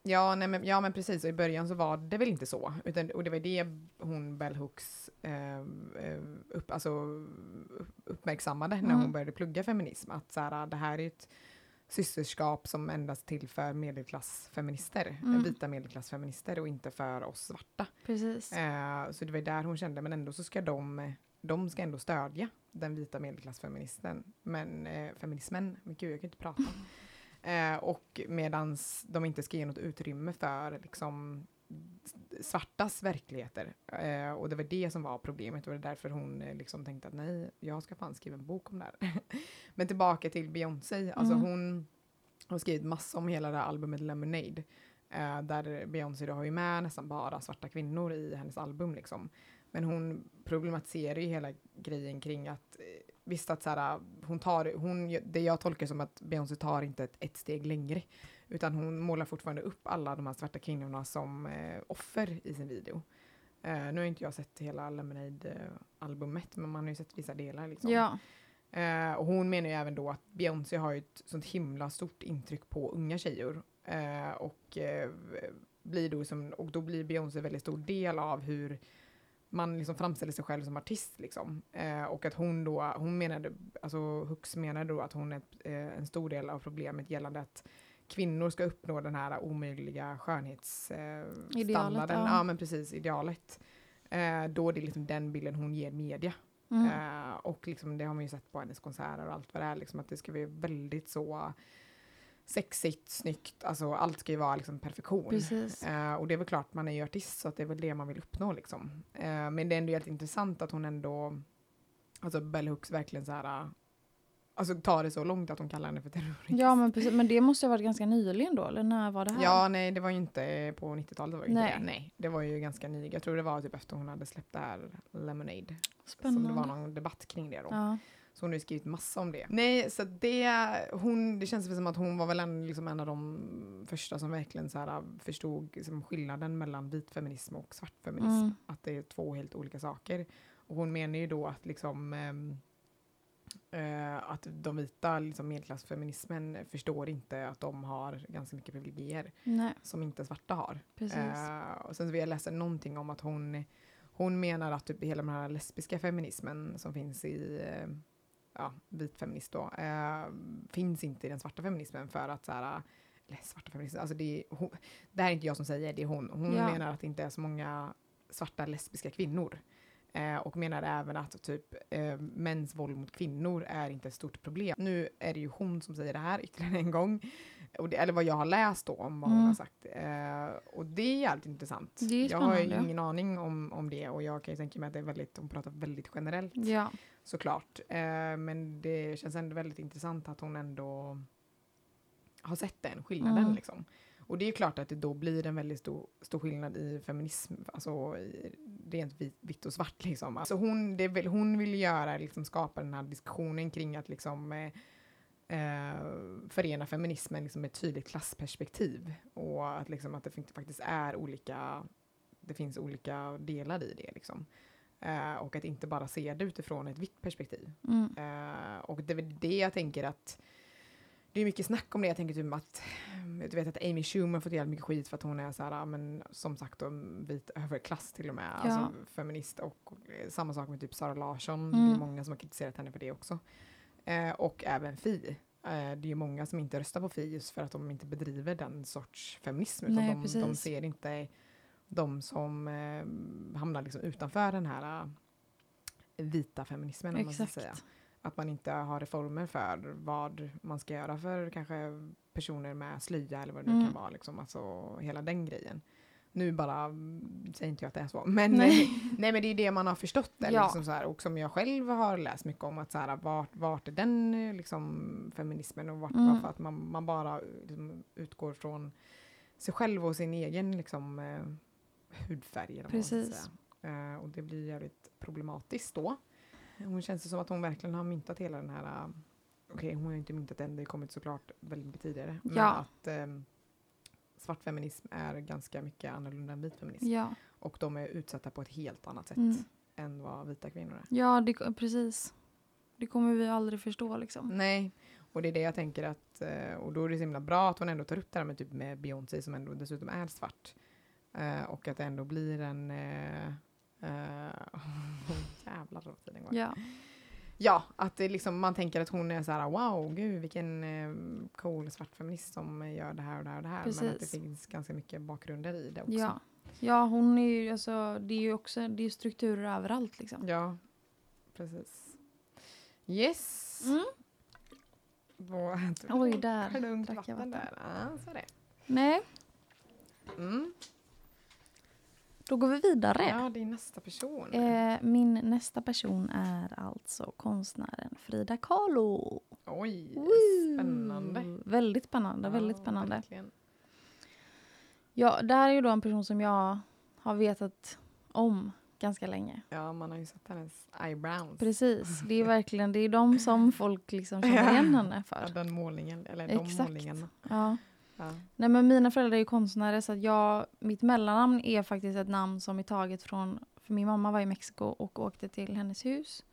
Speaker 1: Ja, nej, men, ja, men precis. Och i början så var det väl inte så. Utan, och det var det hon, Bell Hooks, eh, eh, upp, alltså, upp- uppmärksammade när
Speaker 2: Mm.
Speaker 1: hon började plugga feminism. Att så här, det här är ett systerskap som endast till för medelklassfeminister, eh,
Speaker 2: Mm.
Speaker 1: vita medelklassfeminister och inte för oss svarta.
Speaker 2: Precis.
Speaker 1: Eh, så det var där hon kände, men ändå så ska de, de ska ändå stödja den vita medelklassfeministen, men eh, feminismen, men gud jag kan inte prata. Eh, och medans de inte ska ge något utrymme för liksom s- svartas verkligheter. Eh, och det var det som var problemet och det var därför hon eh, liksom tänkte att nej, jag ska fan skriva en bok om det här. (laughs) men tillbaka till Beyoncé, alltså
Speaker 2: Mm.
Speaker 1: hon har skrivit massor om hela det här albumet Lemonade. Eh, där Beyoncé då har ju med nästan bara svarta kvinnor i hennes album liksom. Men hon problematiserar ju hela grejen kring att eh, visst att så här, hon tar, hon, det jag tolkar som att Beyoncé tar inte ett, ett steg längre. Utan hon målar fortfarande upp alla de här svarta kvinnorna som eh, offer i sin video. Eh, nu har inte jag sett hela Lemonade-albumet, men man har ju sett vissa delar. Liksom.
Speaker 2: Ja.
Speaker 1: Eh, och hon menar ju även då att Beyoncé har ju ett sånt himla stort intryck på unga tjejer. Eh, och, eh, blir då som, och då blir Beyoncé väldigt stor del av hur man liksom framställer sig själv som artist. Liksom. Eh, och att hon då, hon menade, alltså Hux menade då att hon är ett, eh, en stor del av problemet gällande att kvinnor ska uppnå den här omöjliga skönhetsstandarden. Eh,
Speaker 2: Idealet,
Speaker 1: standarden.
Speaker 2: ja.
Speaker 1: ja. men precis, idealet. Eh, då det är liksom den bilden hon ger media.
Speaker 2: Mm.
Speaker 1: Eh, och liksom, det har man ju sett på hennes konserter och allt vad det är, liksom, att det ska bli väldigt så sexigt, snyggt, alltså allt ska ju vara liksom perfektion.
Speaker 2: Precis.
Speaker 1: Eh, och det är väl klart, man är ju artist så att det är väl det man vill uppnå liksom. Eh, men det är ändå helt intressant att hon ändå, alltså Bell Hooks verkligen så här, eh, alltså tar det så långt att hon kallar henne för terrorist.
Speaker 2: Ja, men precis. Men det måste ha varit ganska nyligen då, eller när var det här?
Speaker 1: Ja, nej, det var ju inte på 90-talet. Det var ju inte
Speaker 2: Nej.
Speaker 1: Det. nej. Det var ju ganska ny. Jag tror det var typ efter hon hade släppt det här Lemonade.
Speaker 2: Spännande.
Speaker 1: Som det var någon debatt kring det då.
Speaker 2: Ja.
Speaker 1: Så hon har ju skrivit massa om det. Nej, så att det, hon, det känns väl som att hon var väl en, liksom en av de första som verkligen så här, förstod liksom, skillnaden mellan vit feminism och svart feminism.
Speaker 2: Mm.
Speaker 1: Att det är två helt olika saker. Och hon menar ju då att liksom ehm, eh, att de vita, liksom medelklassfeminismen, förstår inte att de har ganska mycket privilegier
Speaker 2: Nej,
Speaker 1: som inte svarta har.
Speaker 2: precis.
Speaker 1: Eh, och sen så vill jag läsa någonting om att hon, Hon menar att typ hela den här lesbiska feminismen som finns i eh, ja, vit feminism då, eh, finns inte i den svarta feminismen för att så här, eller svarta feminister, alltså det, är hon, det här är inte jag som säger, det är hon. Hon
Speaker 2: Ja.
Speaker 1: menar att det inte är så många svarta lesbiska kvinnor. Eh, och menar även att typ eh, mäns våld mot kvinnor är inte ett stort problem. Nu är det ju hon som säger det här ytterligare en gång. Och det, eller vad jag har läst då om vad hon
Speaker 2: Mm.
Speaker 1: har sagt. Eh, och det är jävligt intressant.
Speaker 2: Det är ju
Speaker 1: jag har ju
Speaker 2: spännande.
Speaker 1: ingen aning om, om det och jag kan ju tänka mig att det är väldigt, hon pratar väldigt generellt
Speaker 2: Ja.
Speaker 1: såklart. Eh, men det känns ändå väldigt intressant att hon ändå har sett den skillnaden.
Speaker 2: Mm.
Speaker 1: Liksom. Och det är ju klart att det då blir en väldigt stor, stor skillnad i feminism, alltså i rent vit, vitt och svart. Liksom. Alltså hon, det vill, hon vill göra, liksom, skapa den här diskussionen kring att liksom, eh, eh, förena feminismen liksom, med ett tydligt klassperspektiv. Och att, liksom, att det fin- faktiskt är olika, det finns olika delar i det. Liksom. Eh, och att inte bara se det utifrån ett vitt perspektiv.
Speaker 2: Mm.
Speaker 1: Eh, och det är väl det jag tänker att det är mycket snack om det. Jag tänker typ att du vet att Amy Schumer fått jävligt mycket skit för att hon är så här, ja, men som sagt en vit överklass till och med,
Speaker 2: Ja.
Speaker 1: alltså feminist och eh, samma sak med typ Sara Larsson. Det är
Speaker 2: Mm.
Speaker 1: många som har kritiserat henne för det också. Eh, och även Fi. Eh, det är ju många som inte röstar på Fi just för att de inte bedriver den sorts feminism utan
Speaker 2: Nej,
Speaker 1: de, de
Speaker 2: precis.
Speaker 1: ser inte de som eh, hamnar liksom utanför den här eh, vita feminismen om man ska
Speaker 2: Exakt.
Speaker 1: säga att man inte har reformer för vad man ska göra för kanske personer med slöja eller vad det nu
Speaker 2: Mm.
Speaker 1: kan vara. Liksom. Alltså hela den grejen. Nu bara mm, säger inte jag att det är så, men (laughs) nej.
Speaker 2: Nej.
Speaker 1: men det är det man har förstått där,
Speaker 2: Ja.
Speaker 1: liksom, så här, och som jag själv har läst mycket om att så här, vart, vart är den eh, liksom, feminismen och vart,
Speaker 2: Mm.
Speaker 1: varför att man, man bara eh, liksom, utgår från sig själv och sin egen liksom, eh, hudfärg. Eller vad man ska
Speaker 2: Precis.
Speaker 1: säga. Eh, och det blir jävligt problematiskt då. Hon känns det som att hon verkligen har myntat hela den här... eh, Okej, hon har ju inte myntat den, det har kommit såklart väldigt mycket tidigare. Men
Speaker 2: Ja.
Speaker 1: att ehm, svart feminism är ganska mycket annorlunda än vit feminism.
Speaker 2: Ja.
Speaker 1: Och de är utsatta på ett helt annat sätt
Speaker 2: Mm.
Speaker 1: än vad vita kvinnor är.
Speaker 2: Ja, det, precis. Det kommer vi aldrig förstå liksom.
Speaker 1: Nej, och det är det jag tänker att... eh, Och då är det så himla bra att hon ändå tar upp det här med, typ med Beyoncé som ändå dessutom är svart. Eh, Och att det ändå blir en... eh, eh, (laughs) jävlar vad tiden går.
Speaker 2: Ja.
Speaker 1: Ja, att det liksom, man tänker att hon är så här wow, gud vilken eh, cool svart feminist som gör det här och det här och det här. Men att det
Speaker 2: Precis.
Speaker 1: finns ganska mycket bakgrunder i det också.
Speaker 2: Ja. ja, hon är ju alltså, det är ju också, det är ju strukturer överallt liksom.
Speaker 1: Ja, precis. Yes!
Speaker 2: Mm.
Speaker 1: Då (laughs) äter vi
Speaker 2: Oj, där
Speaker 1: en klunk
Speaker 2: drack jag
Speaker 1: vatten
Speaker 2: vatten.
Speaker 1: där. Ja, så är det.
Speaker 2: Nej,
Speaker 1: Mm.
Speaker 2: då går vi vidare.
Speaker 1: Ja, det är nästa person.
Speaker 2: Eh, min nästa person är alltså konstnären Frida Kahlo.
Speaker 1: Oj,
Speaker 2: Woo!
Speaker 1: spännande.
Speaker 2: Väldigt spännande, väldigt
Speaker 1: Ja,
Speaker 2: spännande.
Speaker 1: verkligen.
Speaker 2: Ja, det här är ju då en person som jag har vetat om ganska länge.
Speaker 1: Ja, man har ju sett hennes eyebrows.
Speaker 2: Precis, det är verkligen det är de som folk liksom känner igen henne
Speaker 1: Ja,
Speaker 2: för.
Speaker 1: den målningen, eller de
Speaker 2: Exakt.
Speaker 1: målningarna.
Speaker 2: Ja.
Speaker 1: Ja.
Speaker 2: Nej, men mina föräldrar är ju konstnärer så att jag, mitt mellannamn är faktiskt ett namn som är taget från, för min mamma var i Mexiko och åkte till hennes hus.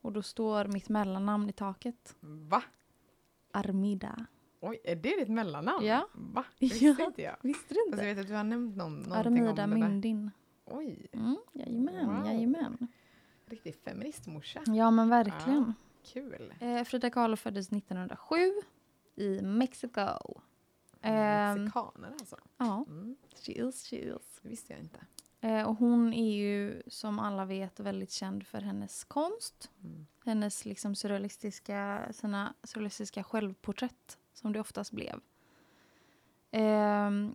Speaker 2: Och då står mitt mellannamn i taket,
Speaker 1: Va?
Speaker 2: Armida.
Speaker 1: Oj, är det ditt mellannamn?
Speaker 2: (laughs) Ja.
Speaker 1: Va? Det visste
Speaker 2: Ja.
Speaker 1: inte jag.
Speaker 2: Visste du
Speaker 1: Fast
Speaker 2: inte?
Speaker 1: Alltså, jag vet att du har nämnt någon, någonting
Speaker 2: Armida
Speaker 1: om det där.
Speaker 2: Myndin.
Speaker 1: Oj,
Speaker 2: Mm, jajamän,
Speaker 1: Wow.
Speaker 2: jajamän.
Speaker 1: riktig feministmorsa.
Speaker 2: Ja men verkligen.
Speaker 1: Kul.
Speaker 2: Eh, Frida Kahlo föddes 1907 i Mexiko. Ehm,
Speaker 1: Mexikaner alltså.
Speaker 2: Ja,
Speaker 1: Mm,
Speaker 2: she is, she is.
Speaker 1: det visste jag inte.
Speaker 2: Eh, och hon är ju som alla vet väldigt känd för hennes konst.
Speaker 1: Mm.
Speaker 2: Hennes liksom surrealistiska, sina surrealistiska självporträtt som det oftast blev. Ehm,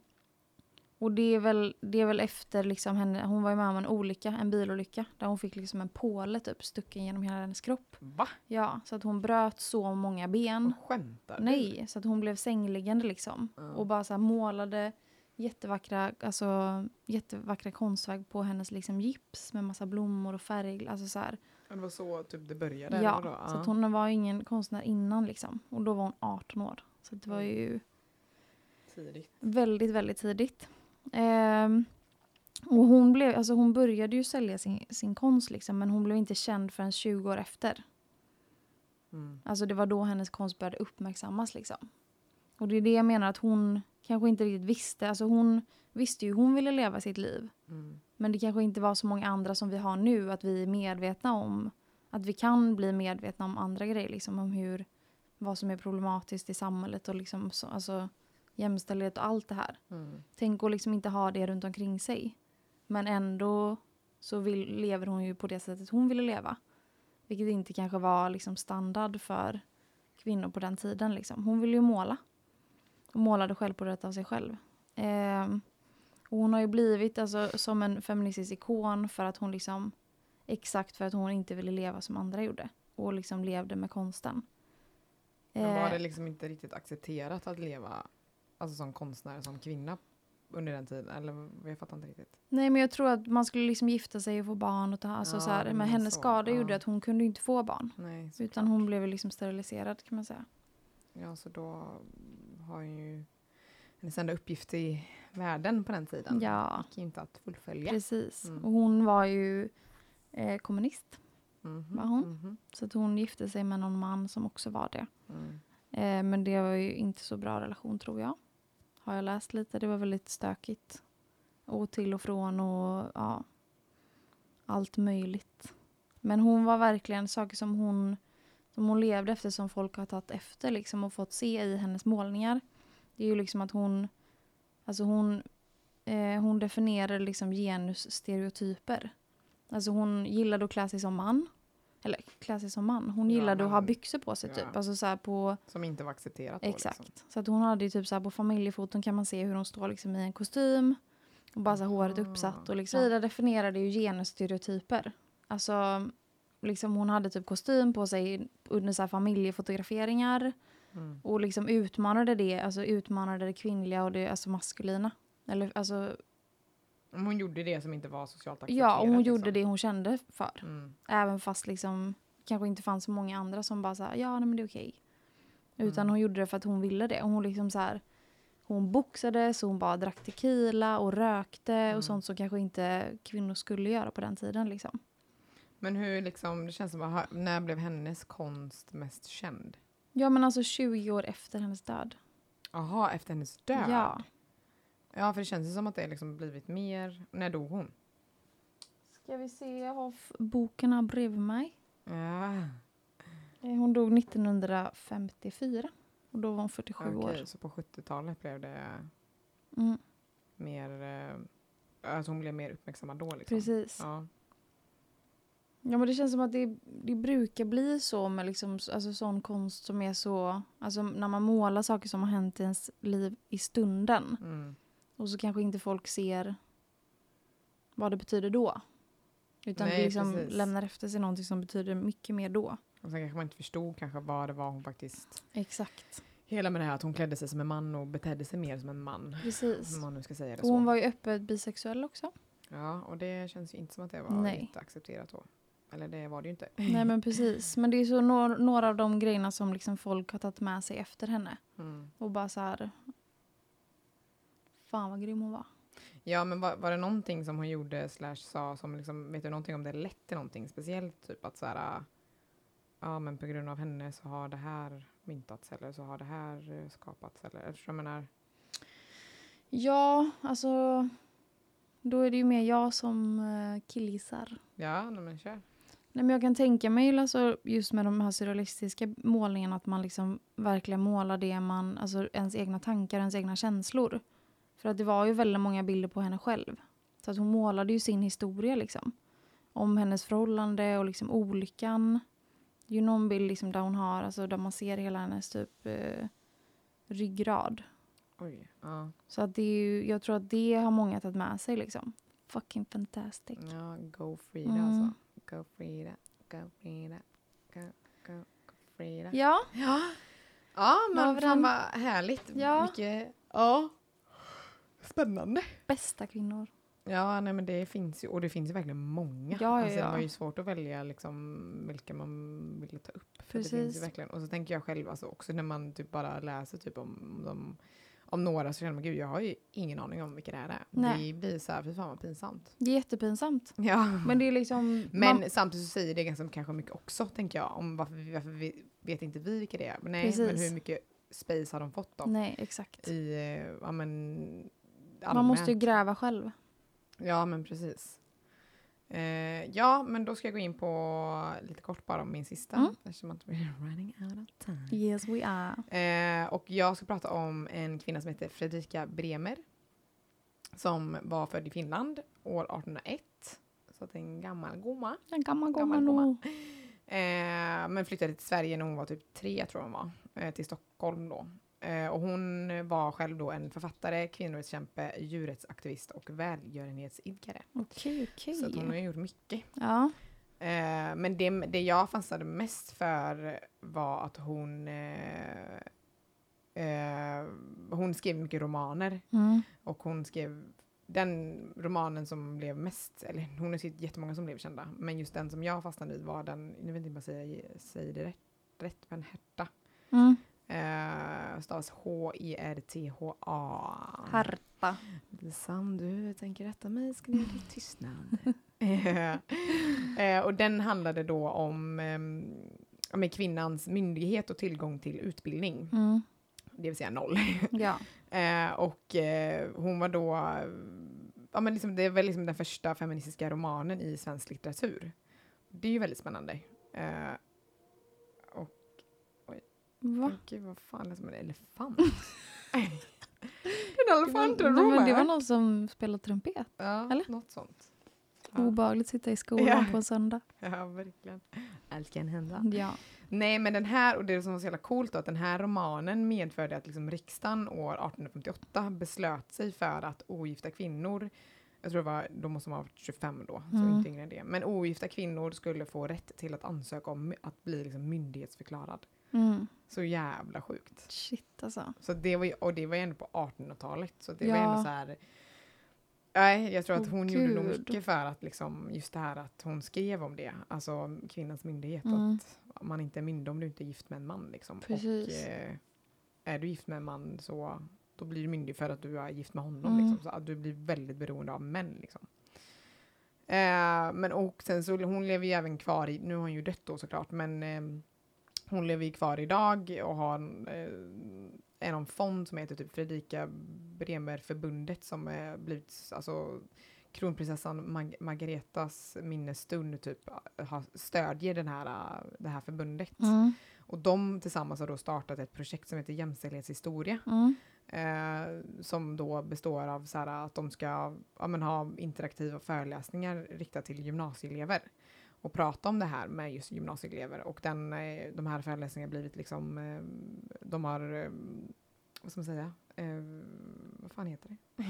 Speaker 2: och det är väl, det är väl efter liksom henne, hon var ju med om en olycka, en bilolycka där hon fick liksom en påle typ stucken genom hela hennes kropp.
Speaker 1: Va?
Speaker 2: Ja, så att hon bröt så många ben.
Speaker 1: Hon skämtar du?
Speaker 2: Mm. Nej, så att hon blev sängliggande liksom.
Speaker 1: Ja.
Speaker 2: Och bara så här målade jättevackra, alltså, jättevackra konstverk på hennes liksom, gips med massa blommor och färg. Alltså, så här.
Speaker 1: Det var så typ det började?
Speaker 2: Ja,
Speaker 1: eller vadå?
Speaker 2: så att hon var ju ingen konstnär innan liksom. Och då var hon 18 år. Så att det var
Speaker 1: Oj.
Speaker 2: ju
Speaker 1: Tidigt.
Speaker 2: väldigt, väldigt tidigt. Ehm, och hon, blev, alltså, hon började ju sälja sin, sin konst liksom, men hon blev inte känd förrän 20 år efter.
Speaker 1: Mm.
Speaker 2: Alltså det var då hennes konst började uppmärksammas liksom. Och det är det jag menar att hon kanske inte riktigt visste. Alltså hon visste ju hon ville leva sitt liv.
Speaker 1: Mm.
Speaker 2: Men det kanske inte var så många andra som vi har nu, att vi är medvetna om att vi kan bli medvetna om andra grejer, liksom om hur vad som är problematiskt i samhället och liksom så, alltså jämställdhet och allt det här.
Speaker 1: Mm.
Speaker 2: Tänk att liksom inte ha det runt omkring sig. Men ändå så vill, lever hon ju på det sättet hon ville leva. Vilket inte kanske var liksom standard för kvinnor på den tiden. Liksom. Hon ville ju måla. Och målade självporträtt av sig själv. Ehm, och hon har ju blivit alltså, som en feministisk ikon för att hon liksom exakt för att hon inte ville leva som andra gjorde. Och liksom levde med konsten.
Speaker 1: Men var
Speaker 2: Ehm,
Speaker 1: det liksom inte riktigt accepterat att leva alltså som konstnär, som kvinna under den tiden? Eller jag fattar inte riktigt.
Speaker 2: Nej men jag tror att man skulle liksom gifta sig och få barn och ta alltså,
Speaker 1: Ja,
Speaker 2: så här,
Speaker 1: det
Speaker 2: Men
Speaker 1: menar
Speaker 2: hennes
Speaker 1: så,
Speaker 2: skada
Speaker 1: ja.
Speaker 2: gjorde att hon kunde ju inte få barn.
Speaker 1: Nej, så,
Speaker 2: Utan hon blev ju liksom steriliserad kan man säga.
Speaker 1: ja, så då har hon ju hennes enda uppgift i världen på den tiden.
Speaker 2: Ja,
Speaker 1: Gick ju inte att fullfölja.
Speaker 2: precis.
Speaker 1: Mm.
Speaker 2: Och hon var ju eh, kommunist.
Speaker 1: Mhm,
Speaker 2: Var hon?
Speaker 1: mhm,
Speaker 2: Så att hon gifte sig med någon man som också var det.
Speaker 1: mm.
Speaker 2: Eh, men det var ju inte så bra relation tror jag. Har jag läst lite. Det var väldigt stökigt. Och till och från och ja. Allt möjligt. Men hon var verkligen saker som hon, som hon levde efter som folk har tagit efter liksom och fått se i hennes målningar. Det är ju liksom att hon, alltså hon, eh, hon definierar liksom genusstereotyper. Alltså hon gillade att klä sig som man. Eller klä sig som man. Hon
Speaker 1: Ja,
Speaker 2: gillade att ha
Speaker 1: men-
Speaker 2: byxor på sig typ.
Speaker 1: ja.
Speaker 2: Alltså så här på
Speaker 1: Som inte var accepterat då,
Speaker 2: Exakt.
Speaker 1: Liksom.
Speaker 2: Så att hon hade ju typ så här på familjefoton kan man se hur hon står liksom i en kostym. Och bara så här håret
Speaker 1: Aha.
Speaker 2: uppsatt och liksom. Frida definierade ju genusstereotyper. Alltså liksom hon hade typ kostym på sig under så här familjefotograferingar.
Speaker 1: Mm.
Speaker 2: Och liksom utmanade det, alltså utmanade det kvinnliga och det alltså maskulina. Eller alltså,
Speaker 1: Men Hon gjorde det som inte var socialt accepterat.
Speaker 2: ja, och hon gjorde
Speaker 1: liksom.
Speaker 2: det hon kände för.
Speaker 1: Mm.
Speaker 2: Även fast liksom kanske inte fanns så många andra som bara såhär, ja nej, men det är okej. Utan
Speaker 1: Mm.
Speaker 2: hon gjorde det för att hon ville det. Hon liksom så här, hon boxades, hon bara drack tequila och rökte
Speaker 1: Mm.
Speaker 2: och sånt som kanske inte kvinnor skulle göra på den tiden liksom.
Speaker 1: Men hur liksom, det känns som, aha, när blev hennes konst mest känd?
Speaker 2: Ja men alltså 20 år efter hennes död.
Speaker 1: Jaha, efter hennes död?
Speaker 2: Ja.
Speaker 1: Ja, för det känns ju som att det liksom blivit mer. När dog hon?
Speaker 2: Ska vi se, jag har f- boken här bredvid mig.
Speaker 1: Ja,
Speaker 2: Eh, Hon dog 1954 och då var hon 47
Speaker 1: okej, Liksom.
Speaker 2: år.
Speaker 1: så på 70-talet blev det
Speaker 2: Mm,
Speaker 1: mer... eh, Alltså hon blev mer uppmärksammad då liksom.
Speaker 2: precis.
Speaker 1: Ja.
Speaker 2: Ja men det känns som att det, det brukar bli så med liksom, alltså, sån konst som är så, alltså när man målar saker som har hänt i ens liv i stunden
Speaker 1: Mm.
Speaker 2: och så kanske inte folk ser vad det betyder då. Utan
Speaker 1: Nej,
Speaker 2: det liksom
Speaker 1: precis.
Speaker 2: lämnar efter sig någonting som betyder mycket mer då.
Speaker 1: Och sen kanske man inte förstod kanske vad det var hon faktiskt...
Speaker 2: Exakt.
Speaker 1: Hela med det här att hon klädde sig som en man och betedde sig mer som en man.
Speaker 2: Precis.
Speaker 1: Om man nu ska säga det
Speaker 2: Och
Speaker 1: så.
Speaker 2: hon var ju öppet bisexuell också.
Speaker 1: Ja, och det känns ju inte som att det var
Speaker 2: Nej.
Speaker 1: jätteaccepterat accepterat då. Eller det var det ju inte.
Speaker 2: Nej men precis. Men det är så nor- några av de grejerna som liksom folk har tagit med sig efter henne.
Speaker 1: Mm.
Speaker 2: Och bara så här. Fan vad grym hon var.
Speaker 1: Ja, men var, var det någonting som hon gjorde slash sa som liksom, vet du någonting om det lett till någonting speciellt? Typ att så här, äh, ja men på grund av henne så har det här myntats eller så har det här eh, skapats eller eftersom jag menar,
Speaker 2: Ja, alltså... Då är det ju mer jag som eh, killgissar.
Speaker 1: ja nej, men kör.
Speaker 2: Nej, men jag kan tänka mig alltså, just med de här surrealistiska målningarna att man liksom verkligen målar det man, alltså ens egna tankar, ens egna känslor. För att det var ju väldigt många bilder på henne själv. Så att hon målade ju sin historia liksom. Om hennes förhållande och liksom olyckan. Det är ju någon bild liksom där hon har, alltså där man ser hela hennes typ eh, ryggrad.
Speaker 1: Oj, ja,
Speaker 2: Så att det är ju, jag tror att det har många tagit med sig liksom. Fucking fantastic.
Speaker 1: ja go Frida
Speaker 2: Mm.
Speaker 1: alltså. Go Frida, go Frida, go, go, go Frida. Ja,
Speaker 2: Ja, Då har
Speaker 1: men
Speaker 2: vi
Speaker 1: fan
Speaker 2: den.
Speaker 1: vad härligt.
Speaker 2: Ja.
Speaker 1: Mycket, ja. Spännande.
Speaker 2: bästa kvinnor.
Speaker 1: Ja, nej, men det finns ju, och det finns ju verkligen många.
Speaker 2: Ja, ja,
Speaker 1: alltså, Det
Speaker 2: ja.
Speaker 1: var ju svårt att välja liksom, vilka man ville ta upp. För det finns ju
Speaker 2: Precis.
Speaker 1: verkligen. Och så tänker jag själv, alltså, också när man typ bara läser typ om, om, om några så känner man gud, jag har ju ingen aning om vilka det här är.
Speaker 2: Nej.
Speaker 1: Det blir så här, fy fan vad pinsamt.
Speaker 2: Det
Speaker 1: (laughs)
Speaker 2: är jättepinsamt.
Speaker 1: Ja.
Speaker 2: Men det är liksom...
Speaker 1: Men
Speaker 2: man,
Speaker 1: samtidigt så säger det ganska kanske mycket också, tänker jag, om varför, vi, varför vi, vet inte vi vilka det är. Men Nej, men
Speaker 2: Precis.
Speaker 1: hur mycket space har de fått då?
Speaker 2: Nej, exakt.
Speaker 1: I, eh, ja men...
Speaker 2: Man måste ju
Speaker 1: allmänt.
Speaker 2: gräva själv.
Speaker 1: Ja, men precis. Eh, ja, men då ska jag gå in på lite kort bara om min sista.
Speaker 2: Mm.
Speaker 1: Eftersom att vi är running out of time.
Speaker 2: Yes we are.
Speaker 1: Eh, och jag ska prata om en kvinna som heter Fredrika Bremer. Som var född i Finland år 1801. Så att en gammal gumma.
Speaker 2: En gammal gumma
Speaker 1: Gammal gumma.
Speaker 2: nog.
Speaker 1: Eh, men flyttade till Sverige när hon var typ tre, tror jag hon var. Eh, till Stockholm då. Eh, och hon var själv då en författare, kvinnorättskämpe, djurrättsaktivist och välgörenhetsidkare.
Speaker 2: Okej,
Speaker 1: Så att hon har
Speaker 2: okej.
Speaker 1: gjort mycket.
Speaker 2: Ja.
Speaker 1: Eh, men det, det jag fastnade mest för var att hon eh, eh, hon skrev mycket romaner
Speaker 2: Mm.
Speaker 1: och hon skrev den romanen som blev mest, eller hon har skrivit jättemånga som blev kända, men just den som jag fastnade i var den, nu vet inte om jag säger, säger det rätt, rätt men Herta.
Speaker 2: Mm.
Speaker 1: Eh, stavas H-E-R-T-H-A.
Speaker 2: Harta.
Speaker 1: Sam, du tänker rätta mig ska ni bli (laughs) tystnad. Eh, och den handlade då om ehm, ja, men kvinnans myndighet och tillgång till utbildning,
Speaker 2: Mm.
Speaker 1: det vill säga noll.
Speaker 2: Ja.
Speaker 1: Eh, och eh, hon var då, eh, ja men liksom, det är väl liksom den första feministiska romanen i svensk litteratur. Det är ju väldigt spännande. Eh,
Speaker 2: Va?
Speaker 1: Gud, vad fan, det är som en
Speaker 2: (laughs)
Speaker 1: elefant. en elefant
Speaker 2: det, var,
Speaker 1: en
Speaker 2: nej, men det var
Speaker 1: romare.
Speaker 2: någon som spelade trumpet.
Speaker 1: Ja,
Speaker 2: eller?
Speaker 1: något sånt. Ja.
Speaker 2: Obehagligt sitta i skolan
Speaker 1: Ja.
Speaker 2: på en söndag.
Speaker 1: Ja, verkligen. Allt kan hända.
Speaker 2: Ja.
Speaker 1: Nej, men den här, och det som var så jävla coolt då, att den här romanen medförde att liksom riksdagen år 1858 beslöt sig för att ogifta kvinnor, jag tror det var, då måste man ha varit 25 då,
Speaker 2: Mm.
Speaker 1: så inte yngre än det, men ogifta kvinnor skulle få rätt till att ansöka om att bli liksom myndighetsförklarad.
Speaker 2: Mm.
Speaker 1: Så jävla sjukt.
Speaker 2: Shit alltså.
Speaker 1: Så det var ju, och det var ju ändå på 1800-talet, så det var
Speaker 2: Ja.
Speaker 1: ändå så här Nej, jag tror att
Speaker 2: Åh,
Speaker 1: hon gjorde nog
Speaker 2: gud.
Speaker 1: mycket för att liksom, just det här att hon skrev om det, alltså kvinnans myndighet, och
Speaker 2: Mm.
Speaker 1: att man inte är myndig om du inte är gift med en man. Liksom.
Speaker 2: Precis.
Speaker 1: Och, eh, är du gift med en man så då blir du myndig för att du är gift med honom.
Speaker 2: Mm.
Speaker 1: Liksom, så att du blir väldigt beroende av män. Liksom. Eh, men och sen så hon lever ju även kvar i, nu har hon ju dött då såklart, men eh, hon lever ju kvar idag och har en, eh, är någon fond som heter typ Fredrika Bremer-förbundet som eh, blivit, alltså kronprinsessan Mag- Margaretas minnesstund typ har, stödjer den här, eh, det här förbundet.
Speaker 2: Mm.
Speaker 1: Och de tillsammans har då startat ett projekt som heter Jämställdhetshistoria.
Speaker 2: Mm.
Speaker 1: Eh, som då består av så här, att de ska ja, men, ha interaktiva föreläsningar riktat till gymnasieelever. Och prata om det här med just gymnasieelever. Och den, eh, de här föreläsningarna har blivit liksom, eh, de har, eh, vad ska man säga, eh, vad fan heter det?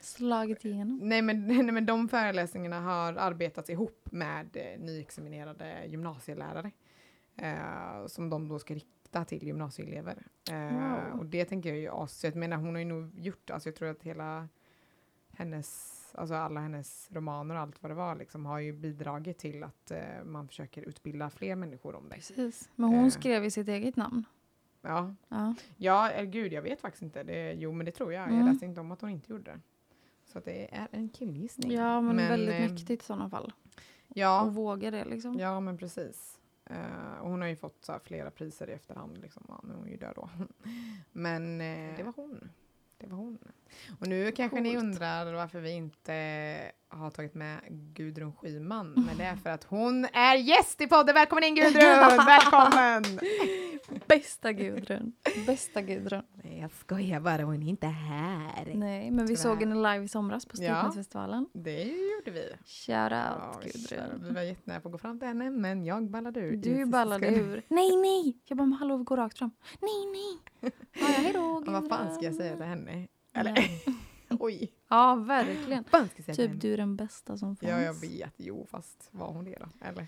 Speaker 2: Slagit igenom.
Speaker 1: Nej men, (laughs) nej men de föreläsningarna har arbetats ihop med eh, nyexaminerade gymnasielärare. Eh, som de då ska rikta till gymnasieelever. Eh,
Speaker 2: Wow.
Speaker 1: Och det tänker jag ju as- så Jag menar hon har ju nog gjort, alltså jag tror att hela hennes, alltså alla hennes romaner och allt vad det var liksom har ju bidragit till att eh, man försöker utbilda fler människor om det.
Speaker 2: Precis. Men hon
Speaker 1: Eh.
Speaker 2: skrev i sitt eget namn.
Speaker 1: Ja,
Speaker 2: Ja.
Speaker 1: ja eh, gud jag vet faktiskt inte. Det, jo men det tror jag.
Speaker 2: Mm.
Speaker 1: Jag läste inte om att hon inte gjorde det. Så att det är en killgissning.
Speaker 2: Ja, men, väldigt
Speaker 1: eh,
Speaker 2: mäktigt i sådana fall.
Speaker 1: Ja,
Speaker 2: Och våga det liksom.
Speaker 1: Ja, men precis. Eh, och hon har ju fått så här, flera priser i efterhand. Liksom. Ja, nu är hon ju död då. (laughs) Men eh, det var hon. Det var hon. Och nu kanske ni
Speaker 2: Coolt.
Speaker 1: undrar varför vi inte har tagit med Gudrun Schyman. Men (laughs) det är för att hon är gäst i podden. Välkommen in (laughs) Gudrun! Välkommen! (laughs)
Speaker 2: Bästa Gudrun. Bästa Gudrun.
Speaker 1: Nej, jag skojar bara. Hon är inte här.
Speaker 2: Nej, men vi
Speaker 1: Tyvärr.
Speaker 2: såg henne live i somras på
Speaker 1: Ja.
Speaker 2: Stripmässfestivalen.
Speaker 1: Det gjorde vi.
Speaker 2: Shoutout
Speaker 1: Ja, kära,
Speaker 2: Gudrun.
Speaker 1: vi var jättenära på att gå fram till henne, men jag ballade ur. i
Speaker 2: Du
Speaker 1: sista
Speaker 2: ballade
Speaker 1: sekund.
Speaker 2: ur. Nej, nej! Jag bara, men hallå, vi går rakt fram. Nej, nej! Ja, ja,
Speaker 1: (laughs)
Speaker 2: hejdå,
Speaker 1: Ja,
Speaker 2: Gudrun.
Speaker 1: Vad fan ska jag säga till henne? Eller,
Speaker 2: Nej.
Speaker 1: (laughs) oj.
Speaker 2: Ja, verkligen.
Speaker 1: Vad fan ska jag säga till henne?
Speaker 2: Typ du är den bästa som finns.
Speaker 1: Ja, jag vet. Jo, fast var hon det då?
Speaker 2: (laughs)
Speaker 1: Eller?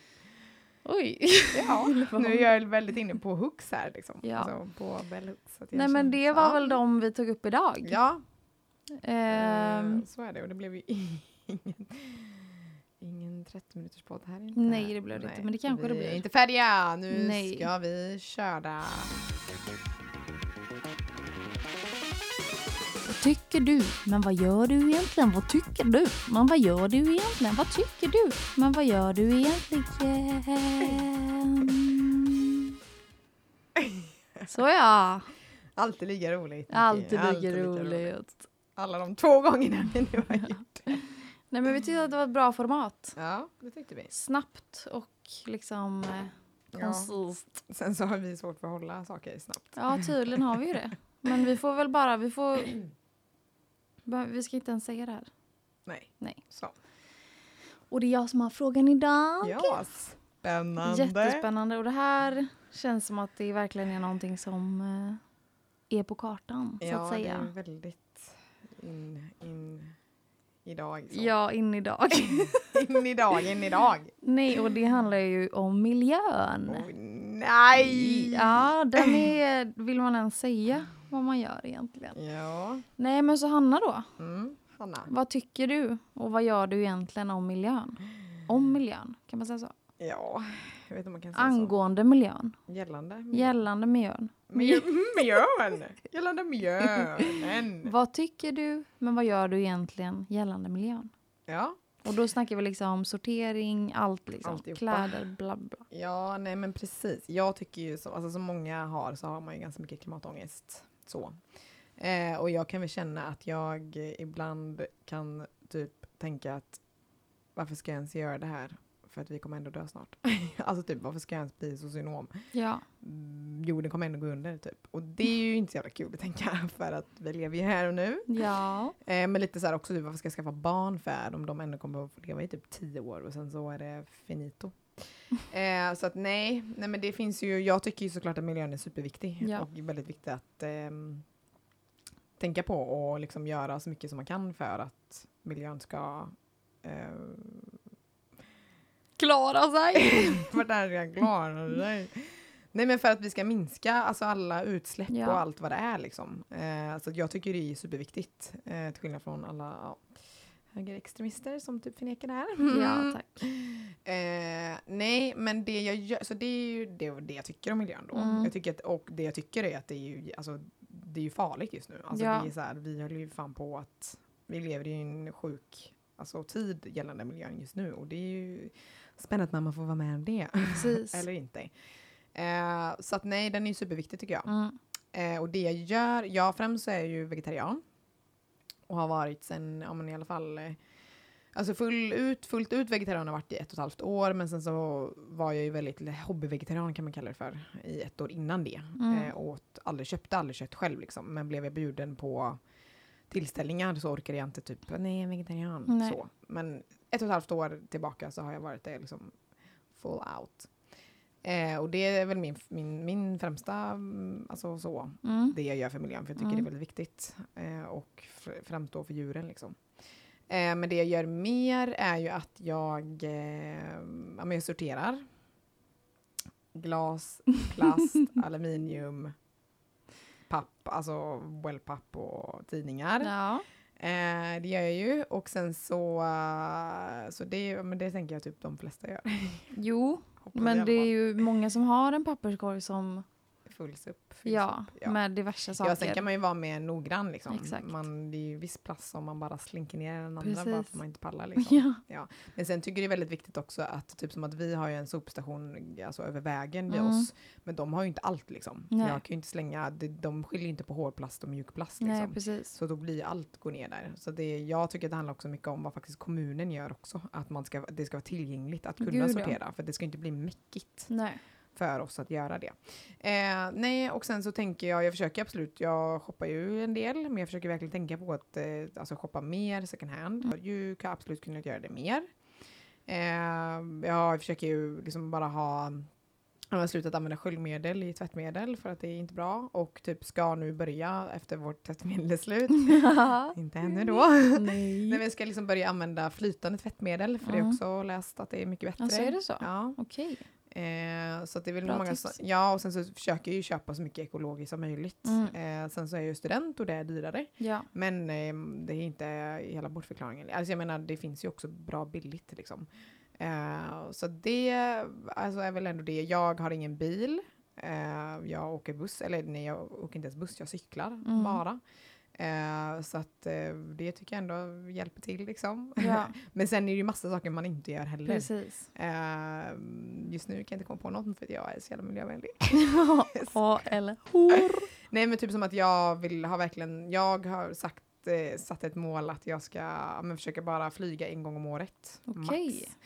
Speaker 2: Oj.
Speaker 1: Ja,
Speaker 2: vad
Speaker 1: (laughs) nu
Speaker 2: hon-
Speaker 1: är jag väldigt inne på hooks här liksom.
Speaker 2: Ja.
Speaker 1: Alltså, på bell hooks. så att jag
Speaker 2: Nej,
Speaker 1: känner-
Speaker 2: men det var
Speaker 1: ja.
Speaker 2: väl de vi tog upp idag.
Speaker 1: Ja,
Speaker 2: Ehm,
Speaker 1: eh, så är det. Och det blev ju ingen, ingen 30 minuters podd här inte.
Speaker 2: Nej, det blev det inte, men det kanske
Speaker 1: vi
Speaker 2: det
Speaker 1: är
Speaker 2: blir.
Speaker 1: inte färdiga. Nu
Speaker 2: Nej.
Speaker 1: ska vi köra.
Speaker 2: Vad tycker du? Men vad gör du egentligen? Vad tycker du? Men vad gör du egentligen? Vad tycker du? Men vad gör du egentligen? Så ja.
Speaker 1: Alltid lika roligt. Nicky.
Speaker 2: Alltid lika roligt.
Speaker 1: Alla de två gångerna vi nu
Speaker 2: (laughs)
Speaker 1: har gjort det.
Speaker 2: Nej men vi tyckte att det var ett bra format.
Speaker 1: Ja, det tyckte vi.
Speaker 2: Snabbt och liksom eh,
Speaker 1: Ja.
Speaker 2: koncist.
Speaker 1: Sen så har vi svårt för att hålla saker snabbt.
Speaker 2: Ja. tydligen har vi ju det. Men vi får väl bara, vi får... Beh- Vi ska inte ens säga det här.
Speaker 1: Nej.
Speaker 2: Nej.
Speaker 1: Så.
Speaker 2: Och det är jag som har frågan idag.
Speaker 1: Ja, spännande.
Speaker 2: Jättespännande och det här känns som att det verkligen är någonting som eh, är på kartan så
Speaker 1: Ja,
Speaker 2: att
Speaker 1: det är
Speaker 2: säga.
Speaker 1: väldigt in, in idag. Så.
Speaker 2: Ja, in idag.
Speaker 1: (laughs)
Speaker 2: (laughs)
Speaker 1: In idag, in idag.
Speaker 2: Nej, och det handlar ju om miljön.
Speaker 1: Oh, nej!
Speaker 2: Ja, den är, vill man ens säga vad man gör egentligen?
Speaker 1: Ja.
Speaker 2: Nej, men så Hanna då,
Speaker 1: Mm. Hanna.
Speaker 2: vad tycker du och vad gör du egentligen om miljön? Om miljön, kan man säga så?
Speaker 1: Ja, jag vet inte om man kan säga
Speaker 2: Angående miljön,
Speaker 1: så. Gällande.
Speaker 2: gällande miljön. (laughs)
Speaker 1: Miljö- Miljön! Gällande
Speaker 2: (laughs)
Speaker 1: miljön!
Speaker 2: Vad tycker du, men vad gör du egentligen gällande miljön?
Speaker 1: Ja,
Speaker 2: Och då snackar vi liksom sortering, allt liksom.
Speaker 1: Alltihopa.
Speaker 2: Kläder, bla bla.
Speaker 1: ja, nej men precis. Jag tycker ju som, alltså, som många har så har man ju ganska mycket klimatångest. Så. Eh, och jag kan väl känna att jag eh, ibland kan typ tänka att varför ska jag ens göra det här? För att vi kommer ändå dö snart. (laughs) alltså typ varför ska jag ens bli socionom?
Speaker 2: Ja,
Speaker 1: Mm, Jorden kommer ändå gå under typ. Och det är ju inte så jävla kul att tänka (laughs) för att vi lever ju här och nu.
Speaker 2: ja,
Speaker 1: Eh, men lite så här också, typ, varför ska jag skaffa barn för om de ändå kommer att få leva i typ tio år och sen så är det finito. Eh, så att nej, nej men det finns ju, jag tycker ju såklart att miljön är superviktig
Speaker 2: Ja.
Speaker 1: och väldigt viktig att ehm, tänka på och liksom göra så mycket som man kan för att miljön ska eh,
Speaker 2: klara sig.
Speaker 1: (laughs) vart är det jag klarar dig? Nej men för att vi ska minska alltså alla utsläpp
Speaker 2: Ja.
Speaker 1: och allt vad det är liksom. Eh, så att jag tycker det är superviktigt. Eh, till skillnad från alla ja, högerextremister som typ förnekar det här.
Speaker 2: (laughs)
Speaker 1: Mm.
Speaker 2: Ja, tack.
Speaker 1: Eh, nej men det jag gör, så det är ju det, det jag tycker om miljön då.
Speaker 2: Mm.
Speaker 1: Jag tycker att, och det jag tycker är att det är ju, alltså, det är ju farligt just nu. Alltså,
Speaker 2: Ja.
Speaker 1: det är så här, vi håller ju fan på att vi lever i en sjuk alltså, tid gällande miljön just nu och det är ju spännande när man får vara med om det.
Speaker 2: Precis.
Speaker 1: Eller inte. Eh, så att nej, den är ju superviktig tycker jag.
Speaker 2: Mm.
Speaker 1: Eh, och det jag gör, jag främst så är jag ju vegetarian. Och har varit sen, ja men i alla fall, eh, alltså full ut, fullt ut vegetarian har jag varit i ett och ett halvt år. Men sen så var jag ju väldigt hobbyvegetarian kan man kalla det för, i ett år innan det.
Speaker 2: Mm.
Speaker 1: Eh, åt, aldrig, köpte aldrig kött själv liksom, men blev jag bjuden på tillställningar så orkade jag inte typ, nej jag är vegetarian.
Speaker 2: Nej.
Speaker 1: Så. Men ett och ett halvt år tillbaka så har jag varit det liksom full out. Eh, och det är väl min, min, min främsta, mm, alltså så,
Speaker 2: Mm.
Speaker 1: det jag gör för miljön, för jag tycker
Speaker 2: Mm.
Speaker 1: det är väldigt viktigt. Eh, och fr- främst då för djuren liksom. Eh, men det jag gör mer är ju att jag, eh, ja, men jag sorterar. Glas,
Speaker 2: (laughs)
Speaker 1: plast, aluminium, papp, alltså wellpapp och tidningar.
Speaker 2: Ja,
Speaker 1: Eh, det gör jag ju och sen så, eh, så det, men det tänker jag typ de flesta gör.
Speaker 2: jo,
Speaker 1: Hoppas i alla
Speaker 2: men det är
Speaker 1: fall.
Speaker 2: ju många som har en papperskorg som,
Speaker 1: Fulls upp. Fulls
Speaker 2: ja,
Speaker 1: upp, ja.
Speaker 2: med diverse
Speaker 1: ja, sen kan
Speaker 2: saker.
Speaker 1: man ju vara mer noggrann liksom.
Speaker 2: Exakt.
Speaker 1: Man, det är ju viss plats om man bara slinker ner den andra bara
Speaker 2: Precis.
Speaker 1: för man inte pallar liksom.
Speaker 2: Ja,
Speaker 1: Men sen tycker jag det är väldigt viktigt också att typ som att vi har ju en sopstation alltså, över vägen vid
Speaker 2: Mm.
Speaker 1: oss. Men de har ju inte allt liksom.
Speaker 2: Nej.
Speaker 1: Jag kan ju inte slänga, de, de skiljer ju inte på hårdplast och mjukplast liksom.
Speaker 2: nej precis.
Speaker 1: Så då blir allt går ner där. Så det, jag tycker att det handlar också mycket om vad faktiskt kommunen gör också. Att man ska, det ska vara tillgängligt att kunna
Speaker 2: Gud, ja.
Speaker 1: sortera. För det ska inte bli mäckigt
Speaker 2: (laughs) Nej.
Speaker 1: för oss att göra det. Eh, nej, och sen så tänker jag, jag försöker absolut, jag shoppar ju en del, men jag försöker verkligen tänka på att eh, alltså shoppa mer second
Speaker 2: Mm.
Speaker 1: hand. Jag har ju kan absolut kunnat göra det mer. Eh, jag försöker ju liksom bara ha jag har slutat använda sköljmedel i tvättmedel för att det är inte bra och typ ska nu börja efter vårt tvättmedel är
Speaker 2: (laughs)
Speaker 1: slut. inte ännu då. Nej, men jag ska liksom börja använda flytande tvättmedel för det
Speaker 2: Mm.
Speaker 1: har också läst att det är mycket bättre.
Speaker 2: Alltså är det så?
Speaker 1: Ja.
Speaker 2: Okej.
Speaker 1: Eh, så att det är väl
Speaker 2: Bra
Speaker 1: många
Speaker 2: tips.
Speaker 1: som, Ja, och sen så försöker jag ju köpa så mycket ekologiskt som möjligt.
Speaker 2: Mm.
Speaker 1: Eh, sen så är jag ju student och det är dyrare. (laughs)
Speaker 2: Ja.
Speaker 1: Men eh, det är inte hela bortförklaringen. Alltså jag menar, det finns ju också bra billigt liksom. Eh, så det alltså, är väl ändå det. Jag har ingen bil. Eh, jag åker buss, eller nej, jag åker inte ens buss, jag cyklar
Speaker 2: Mm.
Speaker 1: bara. Eh, så att eh, det tycker jag ändå hjälper till liksom.
Speaker 2: Ja,
Speaker 1: (laughs) Men sen är det ju massa saker man inte gör heller. (laughs)
Speaker 2: precis.
Speaker 1: Eh, just nu kan jag inte komma på något för att jag är så jävla miljövänlig. (laughs)
Speaker 2: A eller hår.
Speaker 1: Nej men typ som att jag vill ha verkligen, jag har sagt eh, satt ett mål att jag ska ja, men, försöka bara flyga en gång om året.
Speaker 2: Okej.
Speaker 1: Max.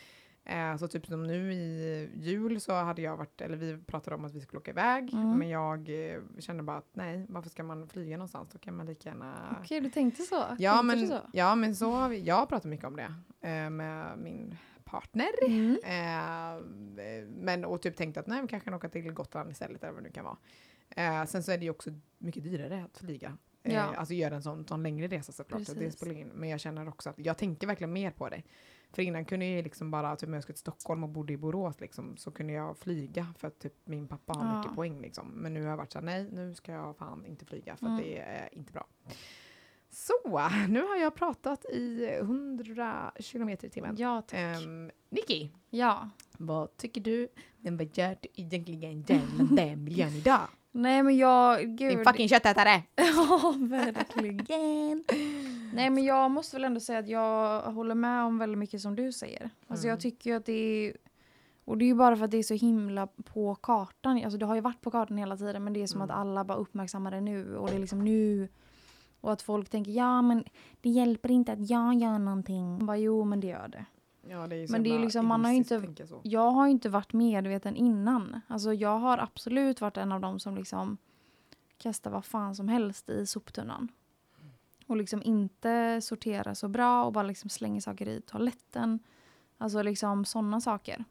Speaker 1: Eh, så typ som nu i jul så hade jag varit, eller vi pratade om att vi skulle åka iväg
Speaker 2: Mm.
Speaker 1: men jag eh, kände bara att nej, varför ska man flyga någonstans? Då kan man lika gärna
Speaker 2: Okej, du tänkte så?
Speaker 1: Ja
Speaker 2: tänkte du
Speaker 1: men,
Speaker 2: så?
Speaker 1: ja men så har vi, jag pratar mycket om det eh, med min partner.
Speaker 2: Mm.
Speaker 1: Eh, men och typ tänkte att nej, vi kanske kan åka till Gotland istället eller vad det nu kan vara. Eh, sen så är det ju också mycket dyrare att flyga. Eh,
Speaker 2: Ja.
Speaker 1: Alltså göra en sån, sån längre resa såklart. Så det
Speaker 2: Precis.
Speaker 1: spelar in. Men jag känner också att jag tänker verkligen mer på det. För innan kunde jag ju liksom bara, typ om jag skulle till Stockholm och bodde i Borås liksom, så kunde jag flyga för att typ min pappa har
Speaker 2: Ja.
Speaker 1: mycket poäng liksom. Men nu har jag varit såhär, nej nu ska jag fan inte flyga för
Speaker 2: Mm.
Speaker 1: det är inte bra. Så, nu har jag pratat i 100 kilometer i timmen.
Speaker 2: Ja, tack.
Speaker 1: Ehm, Nicky,
Speaker 2: Ja.
Speaker 1: vad tycker du? Men vad gör du egentligen gällande den miljön idag?
Speaker 2: Nej men jag, (laughs) gud.
Speaker 1: Din fucking köttätare!
Speaker 2: Ja, verkligen. Nej, men jag måste väl ändå säga att jag håller med om väldigt mycket som du säger. Alltså
Speaker 1: Mm.
Speaker 2: jag tycker ju att det är... Och det är ju bara för att det är så himla på kartan. Alltså det har ju varit på kartan hela tiden men det är som
Speaker 1: Mm.
Speaker 2: att alla bara uppmärksammar det nu och det är liksom nu. Och att folk tänker ja men det hjälper inte att jag gör någonting. Man bara jo men det gör det.
Speaker 1: Ja, det är ju så
Speaker 2: Men det är
Speaker 1: jävla
Speaker 2: liksom- man har ju
Speaker 1: egoistiskt
Speaker 2: inte-
Speaker 1: att tänka så.
Speaker 2: Jag har ju inte varit medveten innan. Alltså jag har absolut varit en av dem som liksom kastar vad fan som helst i soptunnan. Och liksom inte sorterar så bra och bara liksom slänger saker i toaletten. Alltså liksom sådana saker.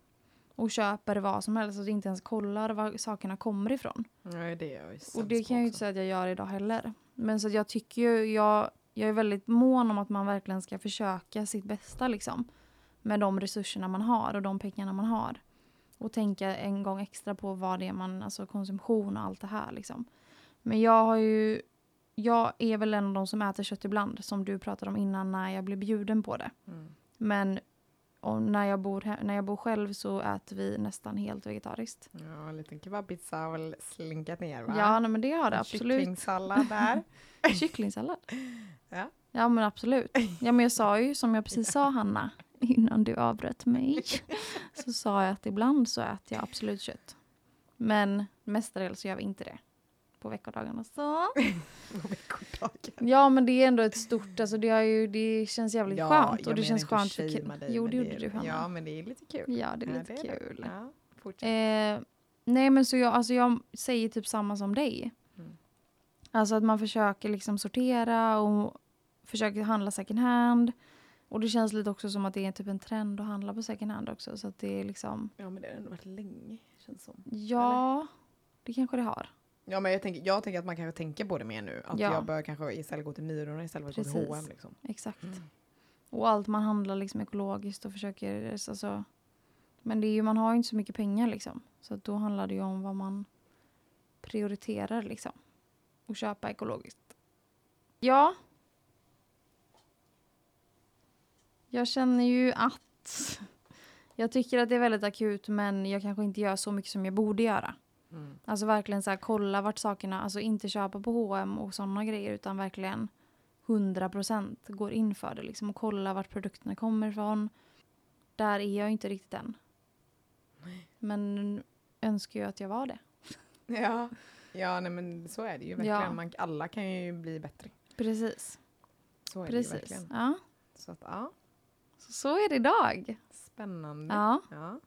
Speaker 2: Och köper vad som helst och inte ens kollar var sakerna kommer ifrån.
Speaker 1: Nej, det är jag ju sämst
Speaker 2: Och det kan
Speaker 1: på
Speaker 2: jag ju inte
Speaker 1: också.
Speaker 2: säga att jag gör idag heller. Men så att jag tycker ju, jag, jag är väldigt mån om att man verkligen ska försöka sitt bästa liksom. Med de resurserna man har och de pengarna man har. Och tänka en gång extra på vad det är man, alltså konsumtion och allt det här liksom. Men jag har ju, jag är väl en av de som äter kött ibland som du pratade om innan när jag blev bjuden på det.
Speaker 1: Mm.
Speaker 2: Men och när, jag bor, he- när jag bor själv så äter vi nästan helt vegetariskt.
Speaker 1: Ja, en liten kebabpizza har väl slinkat ner va?
Speaker 2: Ja, nej, men det har det
Speaker 1: En
Speaker 2: absolut.
Speaker 1: Kycklingsallad
Speaker 2: (laughs)
Speaker 1: där.
Speaker 2: Kycklingsallad?
Speaker 1: Ja.
Speaker 2: Ja men absolut. Ja men jag sa ju som jag
Speaker 1: (laughs)
Speaker 2: precis sa Hanna, innan du avbröt mig, så sa jag att ibland så äter jag absolut kött. Men mestadels så gör vi inte det. På veckodagarna så.
Speaker 1: på veckodagen.
Speaker 2: Ja men det är ändå ett stort, alltså det, har ju, det känns jävligt skönt. Och
Speaker 1: jag
Speaker 2: det
Speaker 1: menar
Speaker 2: känns
Speaker 1: inte att
Speaker 2: skönt för
Speaker 1: shamea
Speaker 2: killar.
Speaker 1: dig,
Speaker 2: Jo
Speaker 1: men
Speaker 2: det gjorde du Hanna.
Speaker 1: Ja,
Speaker 2: Ja,
Speaker 1: men det är lite kul.
Speaker 2: det är
Speaker 1: Ja,
Speaker 2: lite
Speaker 1: det är det.
Speaker 2: kul.
Speaker 1: Ja, fortsätt.
Speaker 2: Eh, nej men så jag, alltså jag säger typ samma som dig.
Speaker 1: Mm.
Speaker 2: Alltså att man försöker liksom sortera och försöker handla second hand. Och det känns lite också som att det är typ en trend att handla på second hand också. Så att det är liksom,
Speaker 1: Ja, men det har ändå varit länge känns som.
Speaker 2: ja, det kanske det har.
Speaker 1: Ja, men jag tänker, jag tänker att man kanske tänker på det mer nu. Att
Speaker 2: Ja.
Speaker 1: jag bör kanske istället gå till Myrorna istället för att gå till
Speaker 2: Precis.
Speaker 1: H&M liksom.
Speaker 2: Exakt. Och allt man handlar liksom ekologiskt och försöker, alltså. Men det är ju, man har ju inte så mycket pengar liksom. Så att då handlar det ju om vad man prioriterar liksom. Och köpa ekologiskt. Ja. Jag känner ju att jag tycker att det är väldigt akut men jag kanske inte gör så mycket som jag borde göra.
Speaker 1: Mm.
Speaker 2: Alltså verkligen så här, kolla vart sakerna, alltså inte köpa på H&M och sådana grejer utan verkligen 100% går in för det liksom och kolla vart produkterna kommer ifrån. Där är jag inte riktigt än. Men önskar ju att jag var det.
Speaker 1: Ja, ja nej, men så är det ju verkligen.
Speaker 2: Ja.
Speaker 1: Man, alla kan ju bli bättre.
Speaker 2: Precis.
Speaker 1: Så är det ju
Speaker 2: Precis.
Speaker 1: verkligen.
Speaker 2: Ja.
Speaker 1: Så att, ja,
Speaker 2: Så, så är det idag.
Speaker 1: spännande.
Speaker 2: Ja.
Speaker 1: Ja.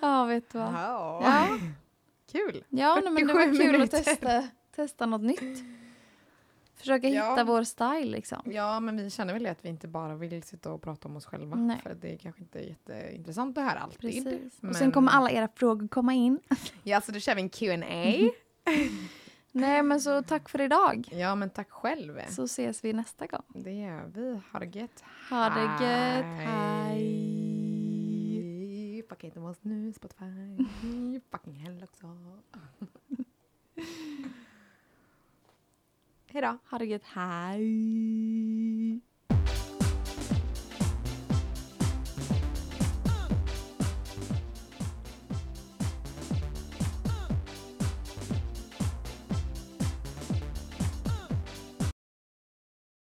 Speaker 2: Ja, vet du vad.
Speaker 1: Ja.
Speaker 2: Ja,
Speaker 1: Kul!
Speaker 2: ja nej, men det var
Speaker 1: 47
Speaker 2: kul att
Speaker 1: minuter.
Speaker 2: testa, testa något nytt. Försöka
Speaker 1: Ja.
Speaker 2: hitta vår style liksom.
Speaker 1: Ja, men vi känner väl att vi inte bara vill sitta och prata om oss själva.
Speaker 2: Nej.
Speaker 1: För det är kanske inte är jätteintressant det här alltid.
Speaker 2: Precis. Och
Speaker 1: Men-
Speaker 2: sen kommer alla era frågor komma in.
Speaker 1: Ja, så då kör vi en
Speaker 2: (laughs)
Speaker 1: Q&A.
Speaker 2: Nej, men så tack för idag.
Speaker 1: ja, men tack själv.
Speaker 2: Så ses vi nästa gång.
Speaker 1: Det gör vi. Ha det gött.
Speaker 2: Ha det gött. Hej.
Speaker 1: Hej. Fucking inte med oss nu,
Speaker 2: (laughs)
Speaker 1: Spotify. Fucking hell också. Hej då.
Speaker 2: Ha det gött. Hej.